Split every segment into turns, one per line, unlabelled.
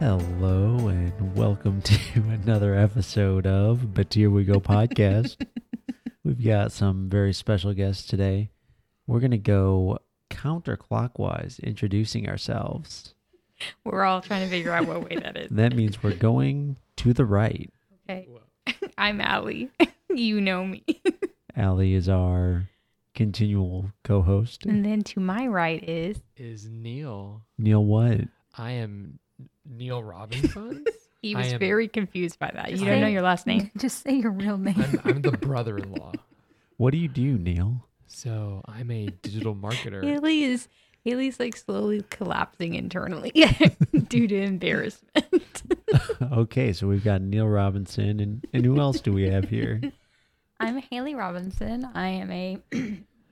Hello and welcome to another episode of But Here We Go podcast. We've got some very special guests today. We're going to go counterclockwise introducing ourselves.
We're all trying to figure out what way that is.
That means we're going to the right.
Okay. I'm Allie. you know me.
Allie is our continual co host.
Mm.
And then to my right is
is Neil.
Neil, what?
I am Neil Robinson.
he
I
was
am-
very confused by that. You
Just
don't know
say-
your last name.
Just say your real name.
I'm, I'm the brother-in-law.
What do you do, Neil?
So I'm a digital marketer.
Haley is Haley's like slowly collapsing internally due to embarrassment.
okay, so we've got Neil Robinson, and, and who else do we have here?
I'm Haley Robinson. I am a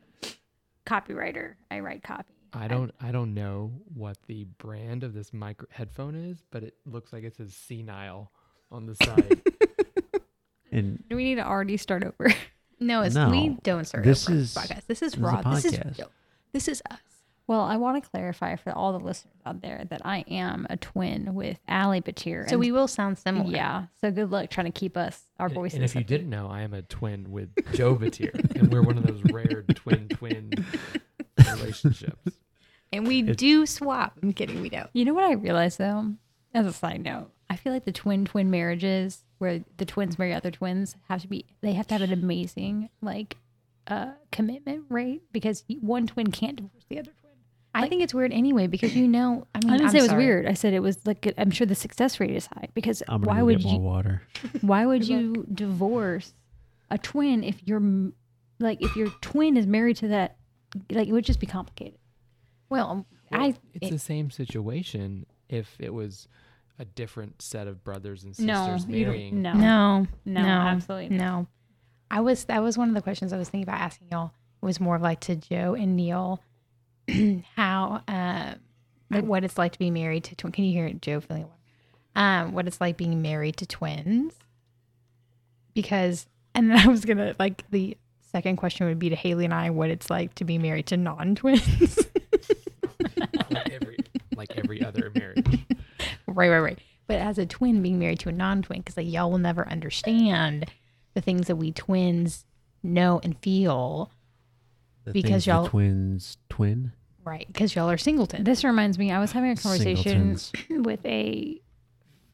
copywriter. I write copy.
I don't I don't know what the brand of this micro headphone is, but it looks like it says senile on the side.
And
Do we need to already start over?
No, it's
no,
we don't start
this
over on
is-
podcast.
this
This is
is a
raw. This is
podcast.
real. This is us.
well. I want to clarify for all the listeners out there that I am a twin with Ali Batir.
So
and-
we will sound similar.
yeah. So good luck trying to keep us our
and,
voices.
and if you didn't know, I am a twin with Joe Vatier, and we're one of those rare twin twin relationships.
And we
It's-
do swap. I'm kidding, we don't.
You know what I realized though, as a side note, I feel like the twin twin marriages where the twins marry other twins have to be they have to have an amazing like uh commitment rate because one twin can't divorce the other twin.
I think it's weird anyway because you know, I mean,
I didn't
I'm
say it was
sorry.
weird. I said it was like I'm sure the success rate is high because
I'm going
why
to
would
get more
you
water.
why would you divorce a twin if you're m- like if your twin is married to that like it would just be complicated.
Well,
Well,
I
it's the same situation if it was a different set of brothers and
No,
sisters
you don't-
marrying.
no.
No,
No, absolutely
no. I was that was one of the questions I was thinking about asking y'all. It was more of like to Joe and Neil, how uh, like what it's like to be married to twin. Can you hear Joe feeling? it? Um, what it's like being married to twins? Because and then I was gonna like the second question would be to Haley and I what it's like to be married to non-twins.
Like every like every other marriage.
Right, right, right. But as a twin being married to a non-twin, because like y'all will never understand the things that we twins know and feel,
The
Because
things the
y'all-
twins twin
right? Because y'all are singletons.
This reminds me, I was having a conversation
singletons.
with a,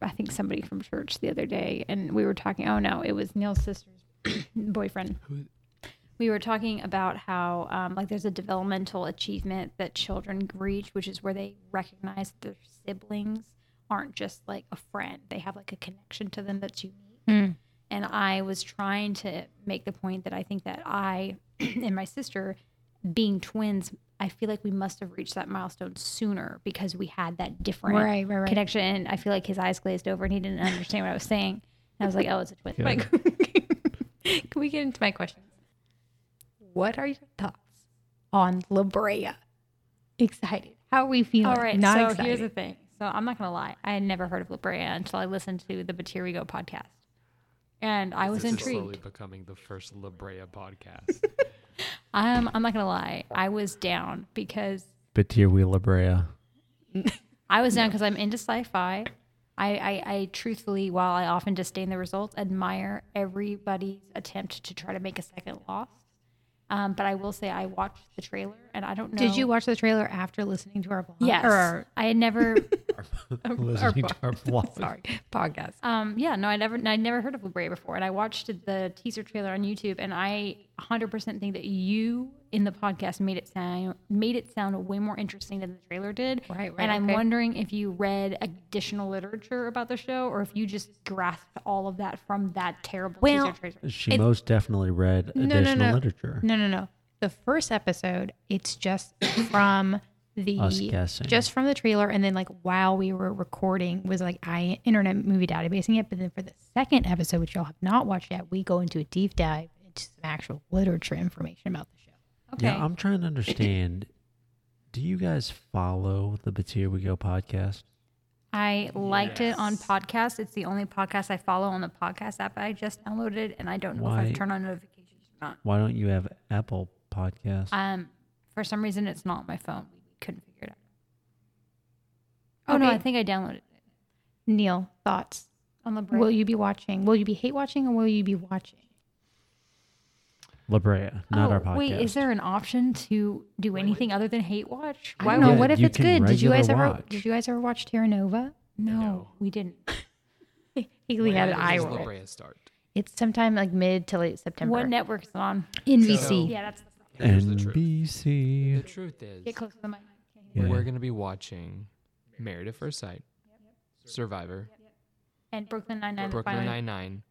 I think somebody from church the other day, and we were talking. Oh no, it was Neil's sister's boyfriend.
Who-
We were talking about how, um, like, there's a developmental achievement that children reach, which is where they recognize that their siblings aren't just like a friend; they have like a connection to them that's unique.
Mm.
And I was trying to make the point that I think that I and my sister, being twins, I feel like we must have reached that milestone sooner because we had that different
Right, right, right.
connection. And I feel like his eyes glazed over and he didn't understand what I was saying. And I was like, oh, it's a twin.
Yeah.
Like, can we get into my questions? What are your thoughts on La Brea? Excited? How are we feeling?
All right.
Not
so
excited.
here's the thing. So I'm not going to lie. I had never heard of La Brea until I listened to the Batirigo podcast. And I was
this Is
intrigued.
slowly becoming the first La Brea podcast.
Um, I'm not going to lie. I was down because
Batir Wheeler Brea.
I was down because I'm into sci-fi. I, I, I truthfully, while I often disdain the results, admire everybody's attempt to try to make a second Lost. Um, but I will say I watched the trailer, and I don't know.
Did you watch the trailer after listening to our vlog?
Yes,
Or our-
I had never.
Listening to our blog.
sorry, podcast.
um, yeah, no, I never, I never heard of Libre before, and I watched the teaser trailer on YouTube, and I 100% think that you in the podcast made it sound made it sound way more interesting than the trailer did.
Right, right.
and I'm
okay.
wondering if you read additional literature about the show or if you just grasped all of that from that terrible
Well,
teaser trailer.
She most definitely read
No, no,
additional
no.
literature.
No, no, no. The first episode, it's just from the
Us guessing.
just from the trailer, and then like while we were recording was like I internet movie databasing it. But then for the second episode, which y'all have not watched yet, we go into a deep dive into some actual literature information about the show.
Okay.
Yeah, I'm trying to understand. Do you guys follow the But Here We Go podcast?
I liked it on
Yes.
podcast. It's the only podcast I follow on the podcast app I just downloaded, and I don't know if
Why-
I've turned on notifications or not.
Why don't you have Apple Podcast?
Um, for some reason, it's not on my phone. We couldn't figure it out. Oh no,
Okay.
I think I downloaded it.
Neil, thoughts?
on La Brea.
Will you be watching? Will you be hate watching or will you be watching?
La Brea, not our
Oh,
podcast.
Wait, is there an option to do anything other than hate watch?
I
Why
don't know.
Yeah,
what if
you
it's
can
good? Did you guys
regular
ever?
watch.
Did you guys ever watch Terra Nova?
would- no,
No.
we didn't.
Haley had an
When
eye
does La
roll.
Brea start?
It's sometime like mid to late September.
What network's it on?
NBC.
So-
Yeah, that's the problem.
Here's the truth. The
NBC.
truth is,
Get close to the mic.
Yeah.
we're going to be watching Married at First Sight, Survivor,
And Brooklyn Nine-Nine. the
Brooklyn
final-
Nine-Nine.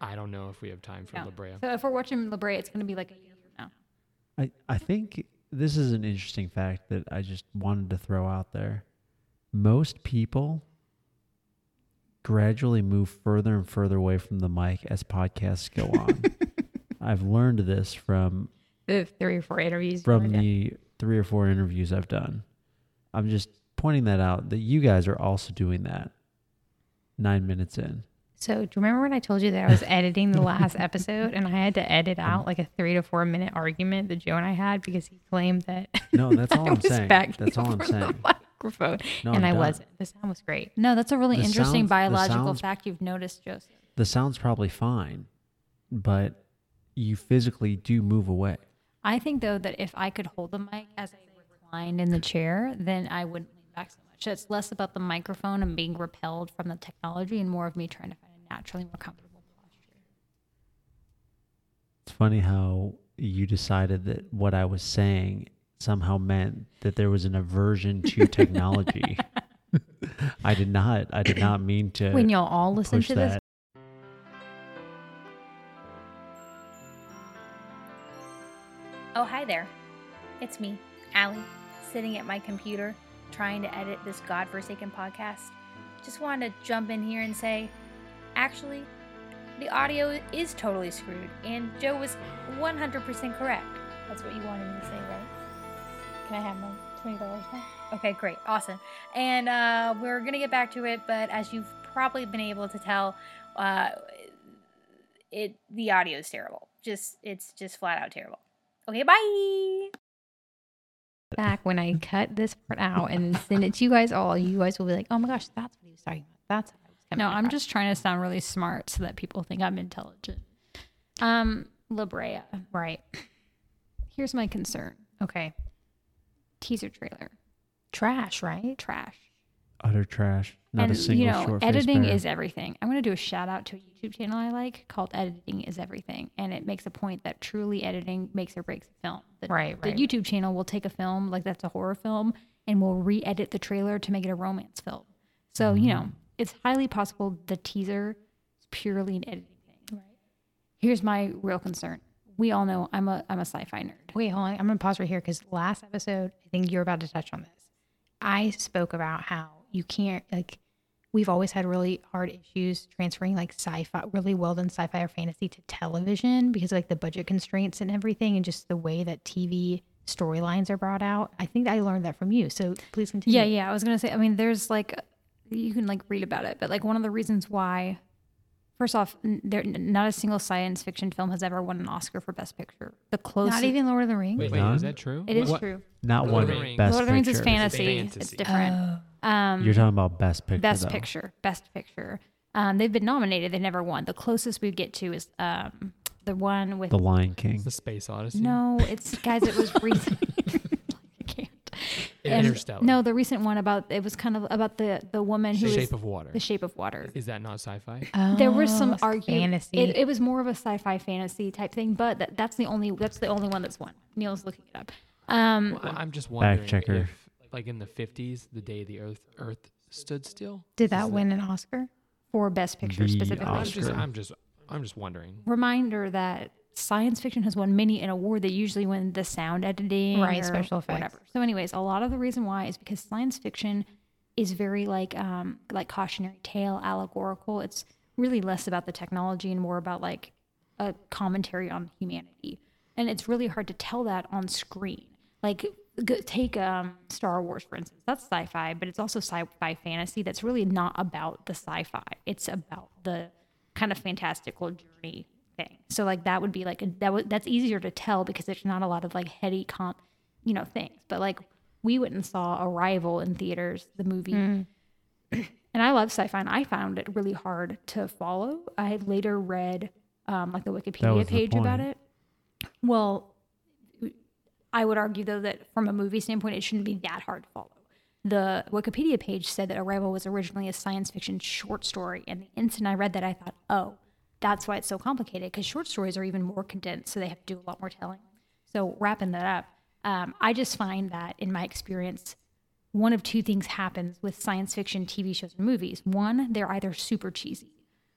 I don't know if we have time for
No.
La Brea.
So if we're watching La Brea, it's going to be like a year from now.
I, I think this is an interesting fact that I just wanted to throw out there. Most people gradually move further and further away from the mic as podcasts go on. I've learned this from
The three or four interviews. you were
from
doing.
the three or four interviews I've done. I'm just pointing that out that you guys are also doing that. Nine minutes in.
So do you remember when I told you that I was editing the last episode and I had to edit out like a three to four minute argument that Joe and I had because he claimed that
No, that's all
I
I'm
was
saying.
backing
That's all I'm
over the
saying.
microphone,
No, I'm
and I
done.
wasn't. The sound was great.
No, that's a really
The sounds-
interesting
the
biological
sounds-
fact you've noticed, Joseph.
The sound's probably fine, but you physically do move away.
I think though that if I could hold the mic as I reclined in the chair, then I wouldn't lean back so much. So it's less about the microphone and being repelled from the technology, and more of me trying to find a naturally more comfortable posture.
It's funny how you decided that what I was saying somehow meant that there was an aversion to technology. I did not. I did not mean to.
When y'all all listen
push
to this,
that.
Oh, hi there. It's me, Allie, sitting at my computer trying to edit this godforsaken podcast. Just wanted to jump in here and say, actually, the audio is totally screwed, and Joe was 100% correct. That's what you wanted me to say, right? Can I have my $20 now? Okay, great. Awesome. And uh, we're going to get back to it, but as you've probably been able to tell, uh, it the audio is terrible. Just it's just flat out terrible. Okay, bye.
back when I cut this part out and send it to you guys all, you guys will be like, "Oh my gosh, that's what he was talking about." That's how I was coming
No, I'm
across."
just trying to sound really smart so that people think I'm intelligent. Um, La Brea.
right.
Here's my concern.
Okay,
Teaser trailer,
trash, right?
trash.
utter trash. Not
and
a single
you know,
short face
editing
bear.
is everything. I'm going to do a shout out to a YouTube channel I like called Editing is Everything, and it makes a point that truly editing makes or breaks a film. The,
Right,
The
right.
YouTube channel will take a film like that's a horror film and will re-edit the trailer to make it a romance film. So you
Mm-hmm.
know, it's highly possible the teaser is purely an editing thing. Right. Here's my real concern. We all know I'm a I'm a sci-fi nerd.
Wait, hold on. I'm gonna pause right here because last episode, I think you're about to touch on this. I spoke about how you can't like we've always had really hard issues transferring like sci-fi really well done sci-fi or fantasy to television because like the budget constraints and everything and just the way that TV storylines are brought out. I think I learned that from you. So please continue.
Yeah, yeah. I was gonna say. I mean, there's like you can like read about it, but like one of the reasons why. First off, n- there n- not a single science fiction film has ever won an Oscar for Best Picture. The closest,
Not even Lord of the Rings.
Wait, wait,
None?
is that true?
it is
What-
true.
Not
Lord
one
of the Rings.
best
Lord of the Rings
picture.
is fantasy.
fantasy.
It's different. Um,
You're talking about best picture.
best
though.
picture, best picture. Um, they've been nominated. They never won. The closest we get to is um, the one with
The Lion King.
The Space Odyssey.
no. It's guys. It was recent. I can't. And-
Interstellar.
No, the recent one about it was kind of about the the woman who
The
was
Shape of Water.
the shape of water.
Is that not sci-fi?
there was some
Oh, it's
argument.
fantasy.
It, it was more of a sci-fi fantasy type thing, but that, that's the only that's the only one that's won. Neil's looking it up. Um,
Well, I'm just wondering
checker.
if, like in the 50s, the day the Earth Earth stood still.
Did that win an Oscar?
for best picture
The
specifically.
I'm just,
Oscar.
I'm just, I'm just wondering.
Reminder that science fiction has won many an award. They usually win the sound editing,
Right,
or
special effects.
whatever. So, anyways, a lot of the reason why is because science fiction is very like um like cautionary tale, allegorical. It's really less about the technology and more about like a commentary on humanity. And it's really hard to tell that on screen. Like, g- take um, Star Wars, for instance. That's sci fi, but it's also sci fi fantasy that's really not about the sci fi. It's about the kind of fantastical journey thing. So, like, that would be like, that would that's easier to tell because there's not a lot of like heady comp, you
Mm-hmm.
know, things. But like, we went and saw Arrival in theaters, the movie and I love sci-fi. and I found it really hard to follow. I had later read um, like the
was
Wikipedia
the
page about
point.
it. Well, I would argue though that from a movie standpoint, it shouldn't be that hard to follow. The Wikipedia page said that Arrival was originally a science fiction short story, and the instant I read that, I thought, oh, that's why it's so complicated because short stories are even more condensed, so they have to do a lot more telling. So wrapping that up, um, I just find that in my experience, one of two things happens with science fiction TV shows and movies. One, they're either super cheesy,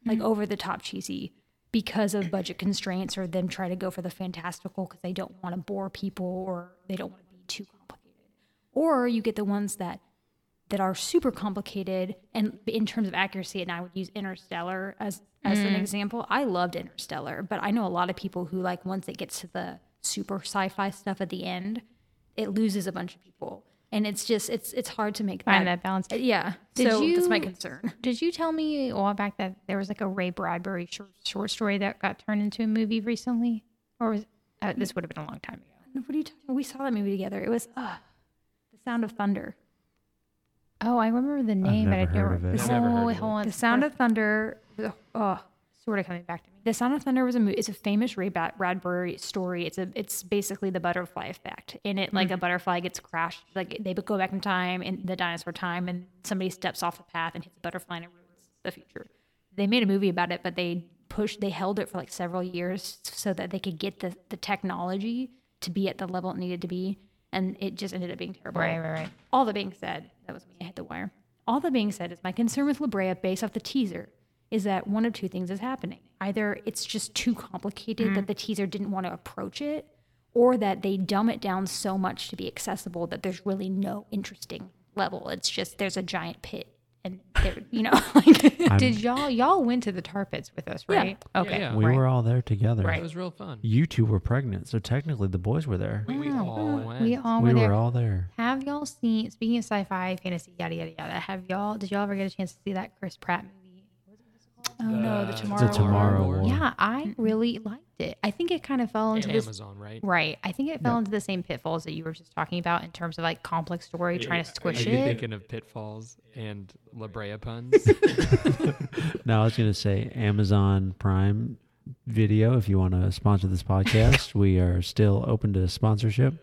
like over the top cheesy because of budget constraints or them try to go for the fantastical because they don't want to bore people or they don't want to be too complicated. Or you get the ones that that are super complicated and in terms of accuracy and I would use Interstellar as as an example. I loved Interstellar, but I know a lot of people who like once it gets to the super sci-fi stuff at the end, it loses a bunch of people. And it's just it's it's hard to make Uh,
Find that balance.
yeah.
Did
so that's my
you-
concern.
Did you tell me a while back that there was like a Ray Bradbury short, short story that got turned into a movie recently? Or was uh, this would have been a long time ago?
What are you talking? We saw that movie together. It was uh, the Sound of Thunder.
Oh, I remember the name, but I
never
can't
heard of
remember.
it.
This
I've never heard
whole,
of it.
whole
The Sound of Thunder. the- Oh,
sort of coming back to me.
the Sound of Thunder was a movie. It's a famous Ray Ba- Bradbury story. It's a. It's basically the butterfly effect. In it,
Mm.
like a butterfly gets crashed. Like they go back in time in the dinosaur time, and somebody steps off the path and hits a butterfly and it ruins the future. They made a movie about it, but they pushed. They held it for like several years so that they could get the the technology to be at the level it needed to be, and it just ended up being terrible.
Right, right, right.
All that being said, that was me. I hit the wire. All that being said is my concern with La Brea, based off the teaser, is that one of two things is happening. Either it's just too complicated
Mm-hmm.
that the teaser didn't want to approach it, or that they dumb it down so much to be accessible that there's really no interesting level. It's just there's a giant pit, and there, you know, like
I'm-
Did y'all y'all went to the tar pits with us,
Yeah.
right? Okay.
yeah.
we
right.
were all there together.
It
Right.
was real fun.
You two were pregnant, so technically the boys were there.
We, we all went.
Hmm. we all
we
were
were
there.
all there.
Have y'all seen? Speaking of sci-fi, fantasy, yada yada yada. Have y'all? Did y'all ever get a chance to see that Chris Pratt movie?
oh no, the
Uh,
The
tomorrow.
Tomorrow
War.
War.
Yeah, I really liked it. I think it kind of fell into this.
Amazon, right?
Right. I think it fell into the same pitfalls that you were just talking about in terms of like complex story, trying to
Are
squish
you
it.
thinking of pitfalls and La Brea puns?
Now I was going to say Amazon Prime Video. If you want to sponsor this podcast, we are still open to sponsorship.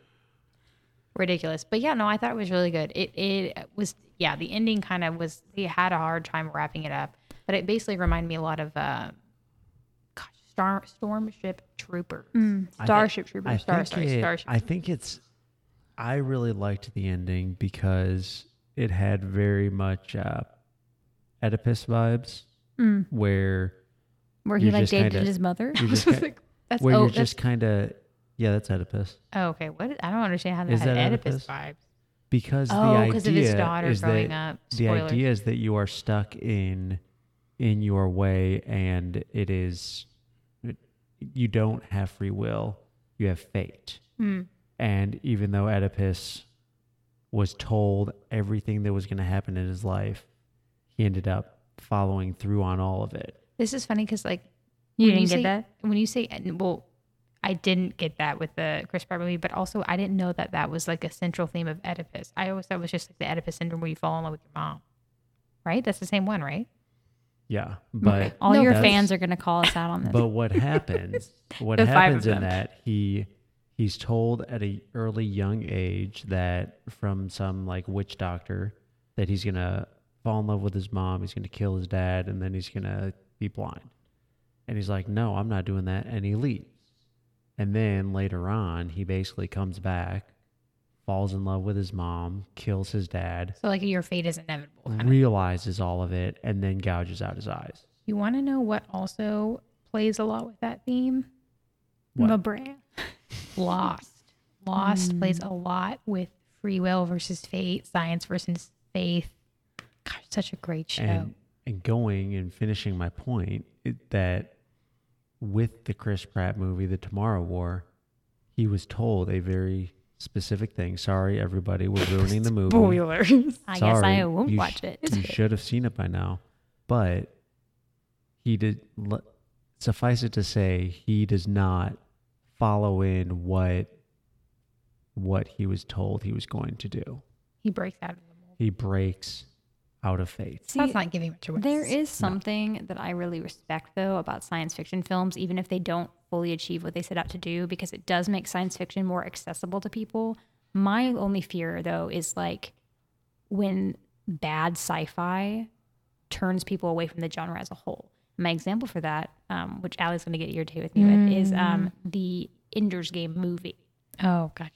ridiculous. But yeah, no, I thought it was really good. It it was yeah, the ending kind of was they had a hard time wrapping it up, but it basically reminded me a lot of uh, gosh, Star Stormship Troopers, Mm, Starship Troopers, Star sorry,
it-
Starship.
I think it's. I really liked the ending because it had very much uh, Oedipus vibes, where You're
Where he like
just
dated
kinda-
his mother.
you're just
Mm. was
ki-
like, that's
where
oh,
you're
that's,
just kind of yeah, that's Oedipus
oh, okay. What is- I don't understand how that
Is
had
that
Oedipus,
Oedipus?
vibes.
because the
Oh,
idea
'cause of his daughter
is
growing
that
up.
the
Spoilers.
idea is that you are stuck in in your way and it is you don't have free will you have fate
Hmm.
and even though oedipus was told everything that was going to happen in his life he ended up following through on all of it
This is funny because like
You
when
didn't get
say-
that?
when you say and- well. I didn't get that with the Chris Pratt movie, but also I didn't know that that was like a central theme of Oedipus. I always thought it was just like the Oedipus syndrome where you fall in love with your mom, right? That's the same one, right?
yeah but
All
No,
your
that's-
fans are gonna call us out on this.
But what happens? what
The five
happens
of
in
them.
that he he's told at a early young age that from some like witch doctor that he's gonna fall in love with his mom, he's gonna kill his dad, and then he's gonna be blind. And he's like, "No, I'm not doing that," and he leaves. And then later on, he basically comes back, falls in love with his mom, kills his dad,
So like your fate is inevitable. kind of.
realizes all of it, and then gouges out his eyes.
You want to know what also plays a lot with that theme?
What?
La Brea.
Lost. Lost
Mm.
plays a lot with free will versus fate, science versus faith. Gosh, such a great show.
and and going and finishing my point it, that with the Chris Pratt movie, The Tomorrow War, he was told a very specific thing. Sorry, everybody, we're ruining the movie.
I guess
Sorry,
I won't
you sh-
watch it.
You should have seen it by now, but he did. l- Suffice it to say, he does not follow in what what he was told he was going to do
he breaks out of the mold.
he breaks out of faith.
See,
That's not giving much away.
There is something that I really respect, though, about science fiction films, even if they don't fully achieve what they set out to do, because it does make science fiction more accessible to people. My only fear, though, is like when bad sci fi turns people away from the genre as a whole. My example for that, um, which Allie's going to get irritated with me with, is um,
Mm.
the Ender's Game movie.
Oh, gotcha.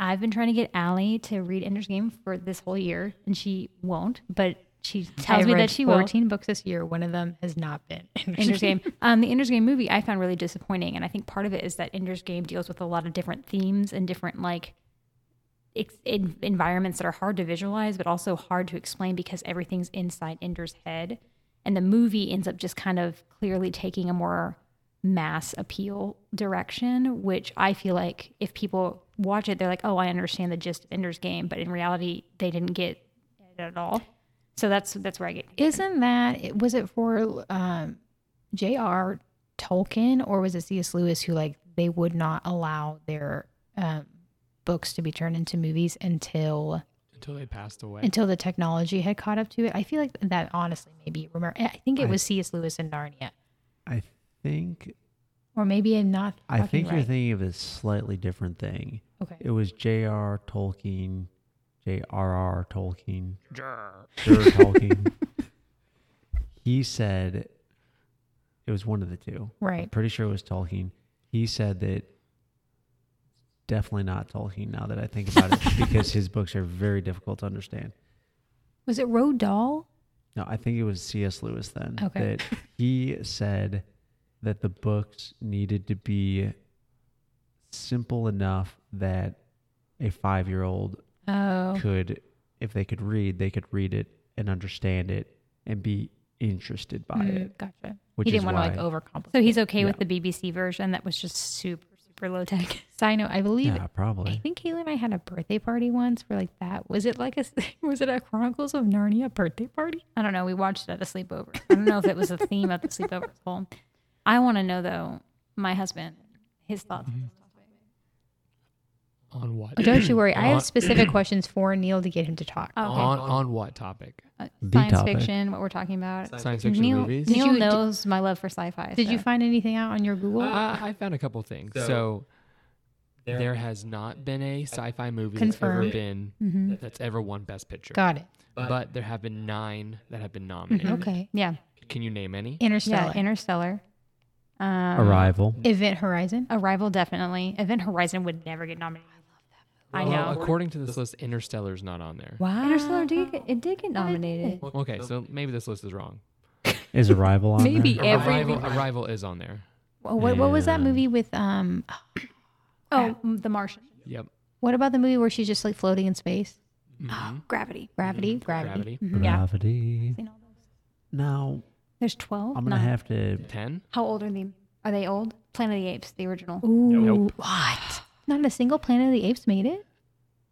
I've been trying to get Allie to read Ender's Game for this whole year, and she won't. But she tells
I
me
read
that she will.
14 books this year. One of them has not been
Ender's Game. Um, the Ender's Game movie I found really disappointing, and I think part of it is that Ender's Game deals with a lot of different themes and different like ex- en- environments that are hard to visualize, but also hard to explain because everything's inside Ender's head, and the movie ends up just kind of clearly taking a more mass appeal direction, which I feel like if people watch it, they're like, "Oh, I understand the gist of Ender's Game," but in reality, they didn't get it at all. So that's that's where I get
Isn't that it- was it for um, J.R. Tolkien or was it C.S. Lewis who like they would not allow their um, books to be turned into movies until
until they passed away.
until the technology had caught up to it? I feel like that honestly maybe remember I think it
I-
was C.S. Lewis and Narnia
I think
or maybe I'm not.
I
fucking
think you're
right.
thinking of a slightly different thing.
okay.
It was J.R. Tolkien, J.R.R. Tolkien,
Grr.
Sir Tolkien. he said it was one of the two. I'm
Right.
pretty sure it was Tolkien. He said that definitely not Tolkien now that I think about it because his books are very difficult to understand.
Was it Roald Dahl?
No, I think it was C.S. Lewis then.
Okay.
That he said that the books needed to be simple enough that a five year old
Oh.
could, if they could read, they could read it and understand it and be interested by
Mm-hmm.
mm,
it.
Gotcha.
Which
he
is
didn't want
why-
to like overcomplicate.
So he's okay with
Yeah.
the BBC version that was just super, super low tech.
Side note, I believe
Yeah,
I
probably.
think Kaylee and I had a birthday party once where like that was it like a was it a Chronicles of Narnia birthday party?
I don't know. We watched it at a sleepover. I don't know if it was a theme of the sleepover at all. I want to know though, my husband, his thoughts. on this topic.
On what?
Don't you worry, I
On-
have specific questions for Neil to get him to talk.
Oh, okay.
On on what topic?
Uh,
The
science
topic.
fiction, what we're talking about.
Science fiction
Neil,
movies.
Neil
Did you-
knows my love for sci-fi.
Did you
so-
find anything out on your Google?
Uh, I found a couple things. So,
So,
there, has not been a sci-fi movie
Confirmed.
that's ever been
Mhm.
that's ever won Best Picture.
Got it.
But, there have been nine that have been nominated.
Okay.
Yeah,
Can you name any?
Interstellar.
yeah. Interstellar. Um,
Arrival.
Event Horizon.
Arrival, definitely. Event Horizon would never get nominated. I
Well,
know.
according to this list, Interstellar's not on there.
Wow.
Interstellar did get, it did get nominated.
Okay, so maybe this list is wrong.
Is Arrival on
Maybe
there?
every
Arrival, Arrival is on there.
Wha- Uh, what, what was that
Yeah.
movie with um
Oh, The Martian.
Yep.
what about the movie where she's just like floating in space?
Mhm.
Gravity.
Gravity, gravity.
Gravity.
Yeah.
Gravity.
Seen all those.
Now
There's 12
I'm gonna
Nine.
have to.
Ten.
How old are they? Are they old? Planet of the Apes, the original.
Ooh,
Nope.
what? Not a single Planet of the Apes made it?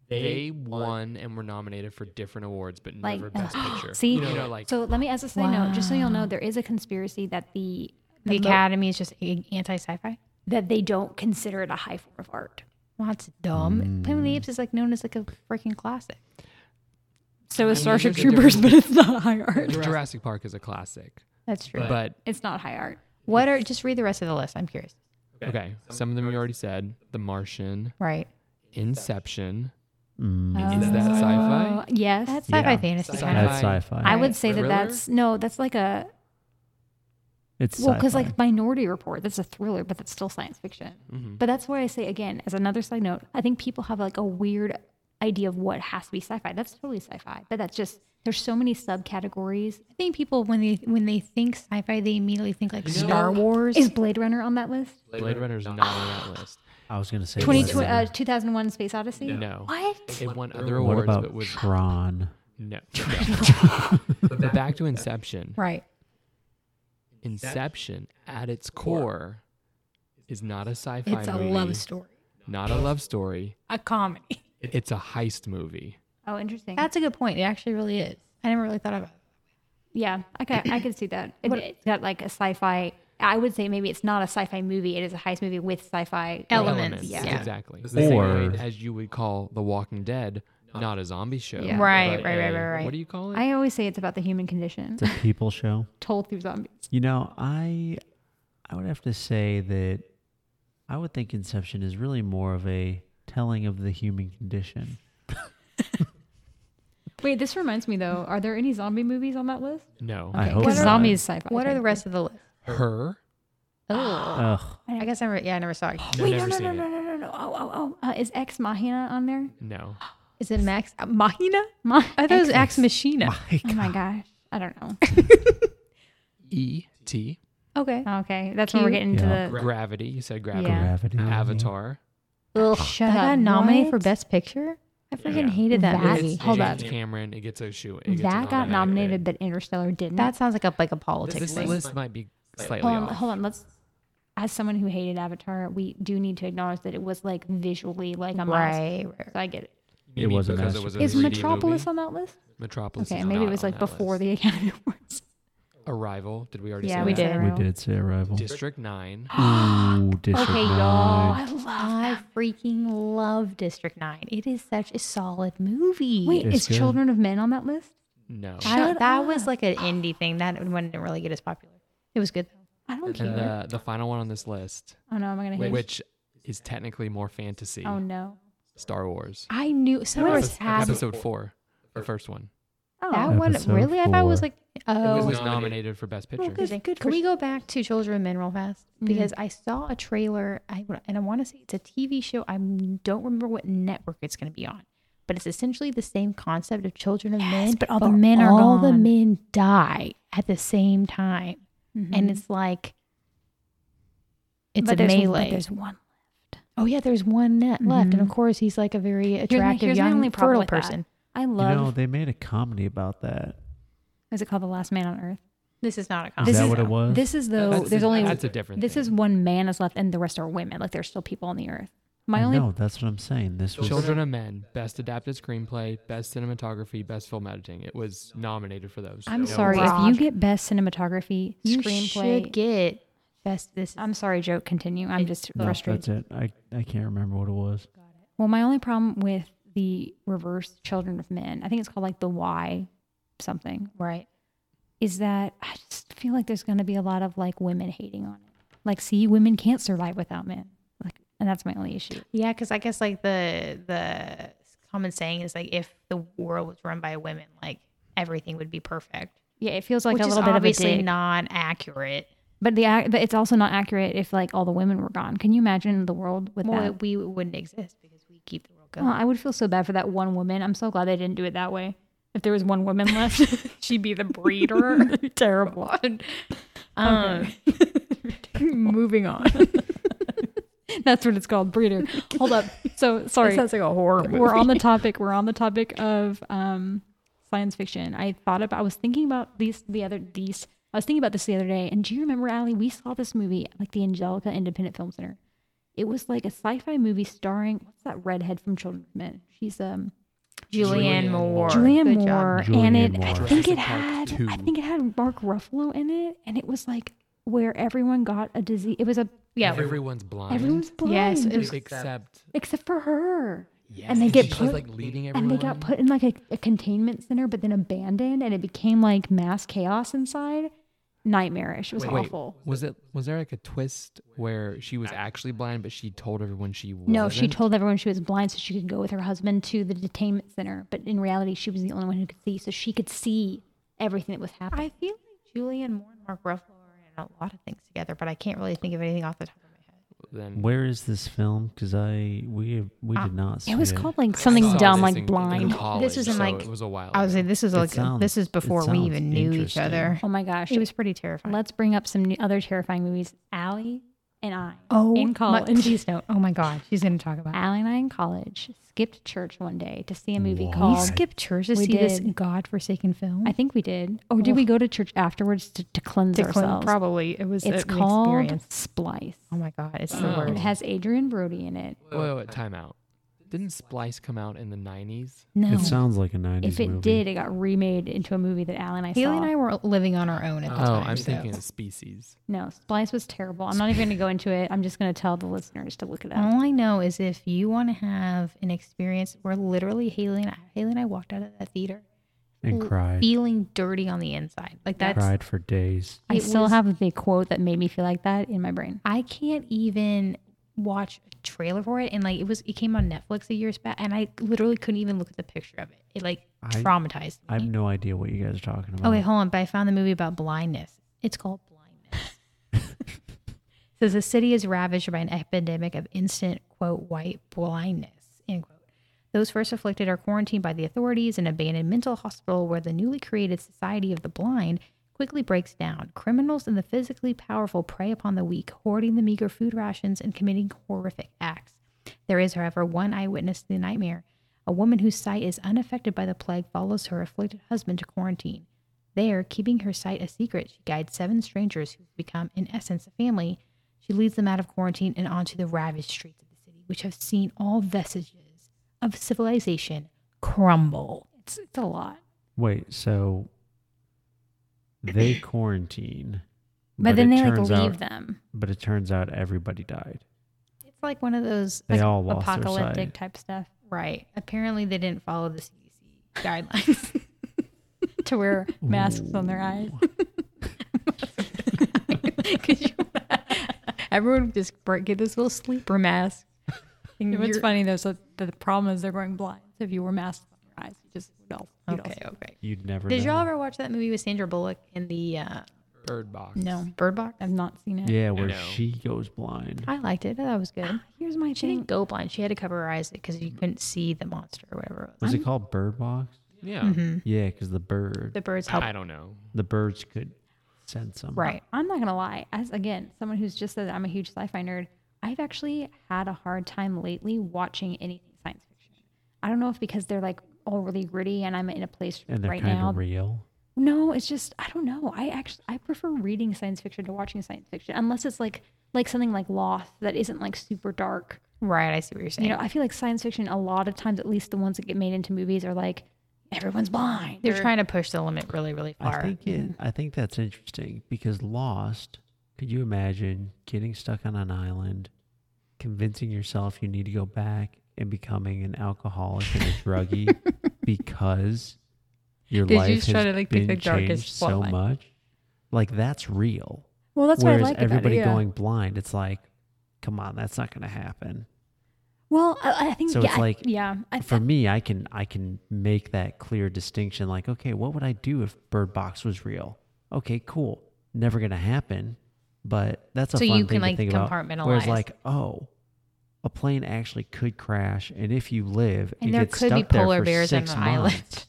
They won and were nominated for different awards, but
Like-
never Best Picture.
See,
you know, like
so let me as a side note, just so you'll know, there is a conspiracy that the,
The
mo-
Academy is just anti sci-fi.
that they don't consider it a high form of art.
Well, that's dumb. Planet of the Apes is like known as like a freaking classic.
So is Starship
there's a difference.
Troopers, but it's not high art.
Jurassic Park is a classic,
That's true.
but
It's not high art.
What are just read the rest of the list? I'm curious.
Okay, some of them you already said. The Martian,
Right.
Inception.
Mm,
Is that
Oh,
sci-fi?
Yes.
That's
Yeah.
sci-fi fantasy.
Sci-fi.
kind of.
that's sci-fi.
I
right.
would say that
Thriller?
that's no, that's like a
it's
well, because
sci-fi.
like Minority Report, that's a thriller, but that's still science fiction.
Mhm.
But that's where I say again, as another side note, I think people have like a weird idea of what has to be sci-fi. That's totally sci-fi, but that's just there's so many subcategories.
I think people when they when they think sci-fi, they immediately think like Star Wars.
Is Blade Runner on that list?
Blade Runner's not on that list.
I was gonna say.
20,
Blade Runner.
uh, 2001 Space Odyssey?
No.
What?
It won other
what
awards,
about
but was
Tron?
no. but back to Inception.
right.
Inception, at its core, is not a sci-fi
It's a
movie.
love story.
Not a love story.
A comedy.
It's a heist movie.
Oh, interesting.
That's a good point. It actually really is. I never really thought about it.
yeah, okay, I can see that. It, it's got like a sci-fi. I would say maybe it's not a sci-fi movie. It is a heist movie with sci-fi
Elements, yeah.
Exactly.
This is the same
Or
way-
as you would call The Walking Dead, not a zombie show.
Yeah.
but
Right, right,
a-
right, right, right.
What do you call it?
I always say it's about the human condition,
It's a people show.
told through zombies.
You know, I I would have to say that I would think Inception is really more of a telling of the human condition.
Wait, this reminds me though. Are there any zombie movies on that list?
no.
I hope
What
Because
are-
not.
zombies is sci-fi.
What are the rest of the list?
Her.
Oh,
Ugh,
I guess I re- yeah I never saw it.
No,
Wait, no,
never
no,
seen
no,
it.
no, no, no, no. Oh, oh, oh. Uh, is Ex Machina on there?
No.
Is it Max uh, Mahina?
My,
I thought it was Ax Machina.
my
Oh
God.
my gosh, I don't know.
E T.
okay.
Okay, that's when we're
Cute.
getting to
Yeah.
the.
Gravity. You said gravity.
Yeah.
Gravity.
Avatar.
Ugh,
That
shut
got nominated for
What?
Best Picture.
I freaking
Yeah.
hated that,
That-
movie.
It's
Hold up.
James Cameron. It gets a shoe. it gets an
That got
automatic
nominated,
pick.
but Interstellar didn't.
That sounds like a like a
This
politics thing.
list might be slightly
hold on,
off.
hold on. Let's. As someone who hated Avatar, we do need to acknowledge that it was like visually like a masterpiece.
Right. right.
So I get it.
It was a
because
masterpiece.
a
Is
3D
Metropolis
movie?
on that list?
Metropolis.
Okay,
is
maybe it
not
was
on that
like before
list.
the Academy Awards.
Arrival. Did we already
Yeah,
say
we
that?
did.
We did say Arrival.
District 9.
Ooh, District
Okay, y'all.
Nine.
Oh, I love
I
that.
freaking love District Nine. It is such a solid movie.
Wait,
It's
is
good.
Children of Men on that list?
No.
I don't-
shut
that was
up.
like an indie thing. That one didn't really get as popular. It was good though.
I don't
And
care.
the, the final one on this list,
oh no, I'm gonna hate. it.
which is technically more fantasy,
Oh no.
Star Wars.
I knew Star
What
Wars
is
had that
Episode 4, the first one.
Oh.
one.
Episode
Really, I thought it was
four.
like oh,
It was nominated for Best Picture.
good.
Can we go back to Children of Men real fast?
Mhm.
Because I saw a trailer, I, and I want to say it's a TV show. I don't remember what network it's going to be on, but it's essentially the same concept of Children of Men.
but all the men are
all the
gone.
men die at the same time, and it's like it's
Mm-hmm. But
a
there's- but
melee.
There's one.
oh yeah, there's one net left, and of course he's like a very
Here's my-
attractive
here's my
young
only problem
fertile
with that.
person.
I
You
love.
know, they made a comedy about that.
is it called The Last Man on Earth?
This is not a
Is
comedy.
that
is
what it was?
This is though.
That's
there's
a-
only
that's a different
This
thing.
is one man is left, and the rest are women. Like there's still people on the earth. My
I
only
know, that's what I'm saying. This was
Children of Men, Best Adapted Screenplay, Best Cinematography, Best Film Editing. It was nominated for those.
I'm
No
sorry.
one-
If
Raj.
you get best cinematography,
You
screenplay,
should get best. This is
I'm sorry, joke. Continue. I'm just
no,
frustrated.
that's it. I, I can't remember what it was.
Well, my only problem with the reverse Children of Men, I think it's called like the Y something,
right.
is that I just feel like there's going to be a lot of like women hating on it. Like, see, women can't survive without men. Like, and that's my only issue.
Yeah, because I guess like the the common saying is like if the world was run by women, like everything would be perfect,
Yeah, it feels like
which
a
is
little bit of a
obviously
dig.
not accurate.
but the ac- but it's also not accurate if like all the women were gone. Can you imagine the world with
Well,
that?
we wouldn't exist because we keep the world
Oh,
going.
I would feel so bad for that one woman. I'm so glad they didn't do it that way. If there was one woman left,
She'd be the breeder.
terrible.
um, moving on.
That's what it's called, breeder. Hold up. So sorry.
sounds like a horror
we're on the topic. We're on the topic of um, science fiction. I thought about. I was thinking about these the other these. I was thinking about this the other day. And do you remember, Allie? We saw this movie at, like the Angelica Independent Film Center. It was like a sci-fi movie starring what's that redhead from Children of Men? She's um
Julianne
Julianne
Moore.
Moore.
Julianne
Good job.
Moore,
Julianne
and it I
Moore.
think it
Jurassic Park
had I
2.
think it had Mark Ruffalo in it, and it was like where everyone got a disease. It was a
Yeah.
Everyone's blind.
everyone's blind,
Yes, it was-
except.
except for her.
Yes.
And they get
she's
put-
like leading
and
everyone.
they got put in like a, a containment center but then abandoned and it became like mass chaos inside nightmarish it was
Wait, wait,
awful
was it was there like a twist where she was actually blind, but she told everyone she wasn't?
no she told everyone she was blind so she could go with her husband to the detainment center but in reality she was the only one who could see so she could see everything that was happening
I feel like Julianne Moore and Mark Ruffalo are in a lot of things together, but I can't really think of anything off the top of my head.
Then
Where is this film? Because I we we did not see
Uh, it was called like something
saw
dumb
this
like
in- in
blind
college,
This was in,
so
like-
it was a while.
I would
ago.
say this is
It
like
sounds-
this is
it
before we
sounds
even knew each
interesting.
other.
oh my gosh
It was pretty terrifying.
let's bring up some new, other terrifying movies Allie and I
Oh,
in college
My, please don't. Oh my God, she's gonna talk about. It.
Allie and I in college skipped church one day to see a movie
What?
called
We skipped church to
We
see this
did.
godforsaken film.
I think we did. Or did we go to church afterwards to, to cleanse
Oh. To Clinton,
ourselves?
probably it was
it's
an
called
experience.
Splice.
Oh my God, it's the
Oh.
It
worst.
has Adrian Brody in it.
Wait, wait, wait, time out. Didn't Splice come out in the 90s?
No.
It sounds like a 90s
if it
movie.
did, it got remade into a movie that Allie and I
Haley
saw.
and I were living on our own at the
oh,
time.
I'm
so-
thinking of Species.
no, Splice was terrible. I'm not even going to go into it. I'm just going to tell the listeners to look it up.
All I know is if you want to have an experience where literally Haley and I, Haley and I walked out of that theater
and
l-
cried.
feeling dirty on the inside. Like that's
Cried for days.
I
It
still
was-
have the quote that made me feel like that in my brain.
I can't even watch a trailer for it. And like it was, it came on Netflix a years back, and I literally couldn't even look at the picture of it. It like
I-
traumatized
I have
me.
no idea what you guys are talking about.
Oh wait, hold on. But I found the movie about blindness. It's called Blindness. It says the city is ravaged by an epidemic of instant quote white blindness end quote. Those first afflicted are quarantined by the authorities in an abandoned mental hospital where the newly created society of the blind quickly breaks down. Criminals and the physically powerful prey upon the weak, hoarding the meager food rations and committing horrific acts. There is, however, one eyewitness to the nightmare. A woman whose sight is unaffected by the plague follows her afflicted husband to quarantine. There, keeping her sight a secret, she guides seven strangers who've become, in essence, a family. She leads them out of quarantine and onto the ravaged streets of the city, which have seen all vestiges of civilization crumble.
It's, it's a lot.
Wait, so they quarantine.
But, then
it
they like
turns
leave
out,
them.
But it turns out everybody died.
It's like one of those,
They
like,
all lost their
Apocalyptic
sight.
type stuff.
right? Apparently, they didn't follow the CDC guidelines.
To wear masks on their eyes.
Could you- everyone just break, get this little sleeper mask. And
What's
you're-
funny though, so the, the problem is they're going blind. So if you wore masks on your eyes, you just would all. you'd all
Okay,
see.
okay.
You'd never
Did
know.
y'all ever watch that movie with Sandra Bullock in the uh,
Bird Box.
Bird Box?
I've not seen it.
Yeah, where
know.
she goes blind.
I liked it. That was good.
Here's my
She
thing.
didn't go blind. She had to cover her eyes because you couldn't see the monster or whatever it was.
Was it called Bird Box?
Yeah.
Mm-hmm.
Yeah, because the bird,
The birds help.
I don't know.
the birds could sense them.
Right.
I'm not gonna lie. As again, someone who's just said that I'm a huge sci-fi nerd, I've actually had a hard time lately watching anything science fiction. I don't know if because they're like all really gritty, and I'm in a place
And they're
right
kind
now.
of real.
no, it's just I don't know. I actually I prefer reading science fiction to watching science fiction, unless it's like like something like Lost that isn't like super dark.
Right. I see what you're saying.
You know, I feel like science fiction a lot of times, at least the ones that get made into movies, are like everyone's blind.
They're
or-
trying to push the limit really, really far.
I think it, I think that's interesting because Lost. Could you imagine getting stuck on an island, convincing yourself you need to go back and becoming an alcoholic and a druggie because your
'Cause you
life
just
has
try to, like, pick
been
the darkest
changed so
plotline.
much? Like that's real.
Well, that's
Whereas
what I like
everybody
about it. yeah.
going blind, it's like, come on, that's not going to happen.
Well, I, I think
So
yeah,
it's
I-
like-
yeah, I,
for me i can i can make that clear distinction like okay what would i do if bird box was real okay cool never gonna happen but that's a
So
fun
you
thing
can, like,
to think about whereas
compartmentalize.
like oh a plane actually could crash and if you live
And
you
there
get
could be
stuck there
polar
for
bears on
six
an island.
months.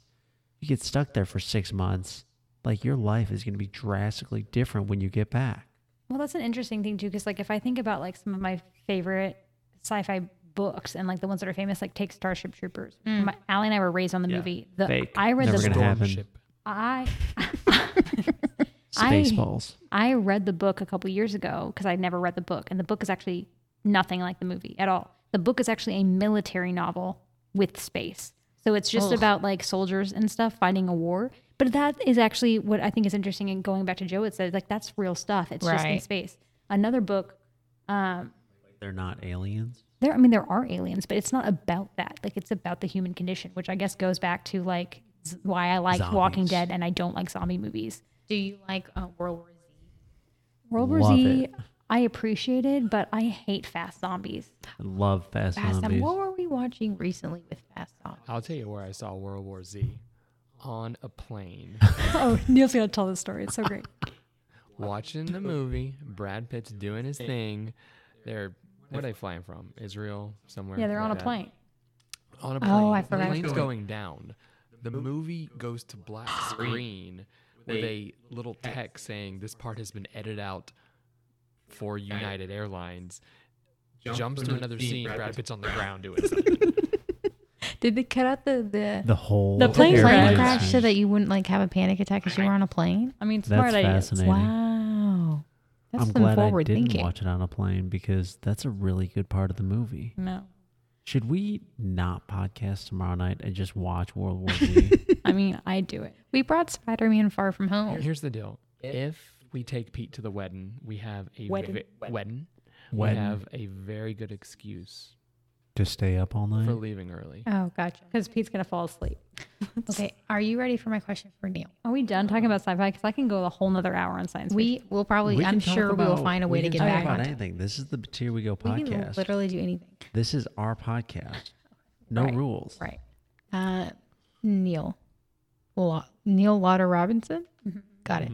you get stuck there for six months like your life is going to be drastically different when you get back
well, that's an interesting thing too, because like if I think about like some of my favorite sci-fi books and like the ones that are famous, like take Starship Troopers. My, Allie and I were raised on the
Yeah.
movie. The
Fake.
I read
Never
the
gonna
book.
happen.
I I-
spaceballs
I read the book a couple years ago because I'd never read the book, and the book is actually nothing like the movie at all. The book is actually a military novel with space, so it's just
Ugh.
about like soldiers and stuff fighting a war. But that is actually what I think is interesting. And going back to Joe, it says like that's real stuff. It's just in
Right.
space. Another book. Um,
they're not aliens
there, I mean, there are aliens, but it's not about that. Like, it's about the human condition, which I guess goes back to like z- why I like Walking
Zombies.
Dead and I don't like zombie movies.
Do you like uh, World War Z?
World War
Love
Z,
it.
I appreciated, but I hate fast zombies.
I love fast,
Fast Zombies.
zombies
What were we watching recently with Fast Zombies?
I'll tell you where I saw World War Z on a plane.
oh, Neil's gonna tell this story. It's so great.
watching the movie. Brad Pitt's doing his thing. They're what are they flying from? Israel somewhere.
Yeah, they're on a
like that.
plane.
On a plane.
Oh, I
The
forgot.
plane's going down. The movie goes to black screen with a little text saying this part has been edited out for United Airlines. Jumps to another scene. Brad Pitt's on the ground doing something.
Did they cut out the the,
the whole
The plane
plane
airplane
Airplane
crash
scene.
so that you wouldn't like have a panic attack because you were on a plane?
I mean,
That's
smart idea.
fascinating.
Wow, that's
I'm
some
glad I
forward
didn't
thinking.
watch it on a plane because that's a really good part of the movie.
No,
Should we not podcast tomorrow night and just watch World War Z?
I mean, I do it.
We brought Spider Man Far From Home.
Oh, Here's the deal. If we take Pete to the wedding, we have a
Wedding.
ve- wedding.
Wedding.
We have a very good excuse
to stay up all night?
for leaving early.
Oh, gotcha.
Because Pete's gonna fall asleep.
Okay, are you ready for my question for Neil?
Are we done talking about sci-fi? Because I can go a whole nother hour on science. fiction.
We will probably,
We
I'm
can talk
sure we will
about-
find a way
we
to
can
get
talk
back
about
on
anything. This is the Here We Go
We can
podcast.
literally do anything.
this is our podcast. No
Right.
rules.
Right. Uh, Neil. Law- Neil Lauder Robinson. Got it.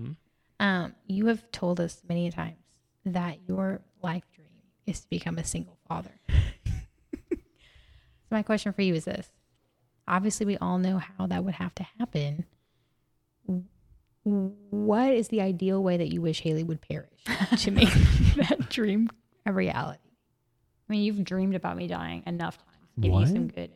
Um, you have told us many times that your life dream is to become a single father. so my question for you is this. Obviously, we all know how that would have to happen. W- What is the ideal way that you wish Haley would perish to make that dream a reality?
I mean, you've dreamed about me dying enough times. Give you
What?
some good.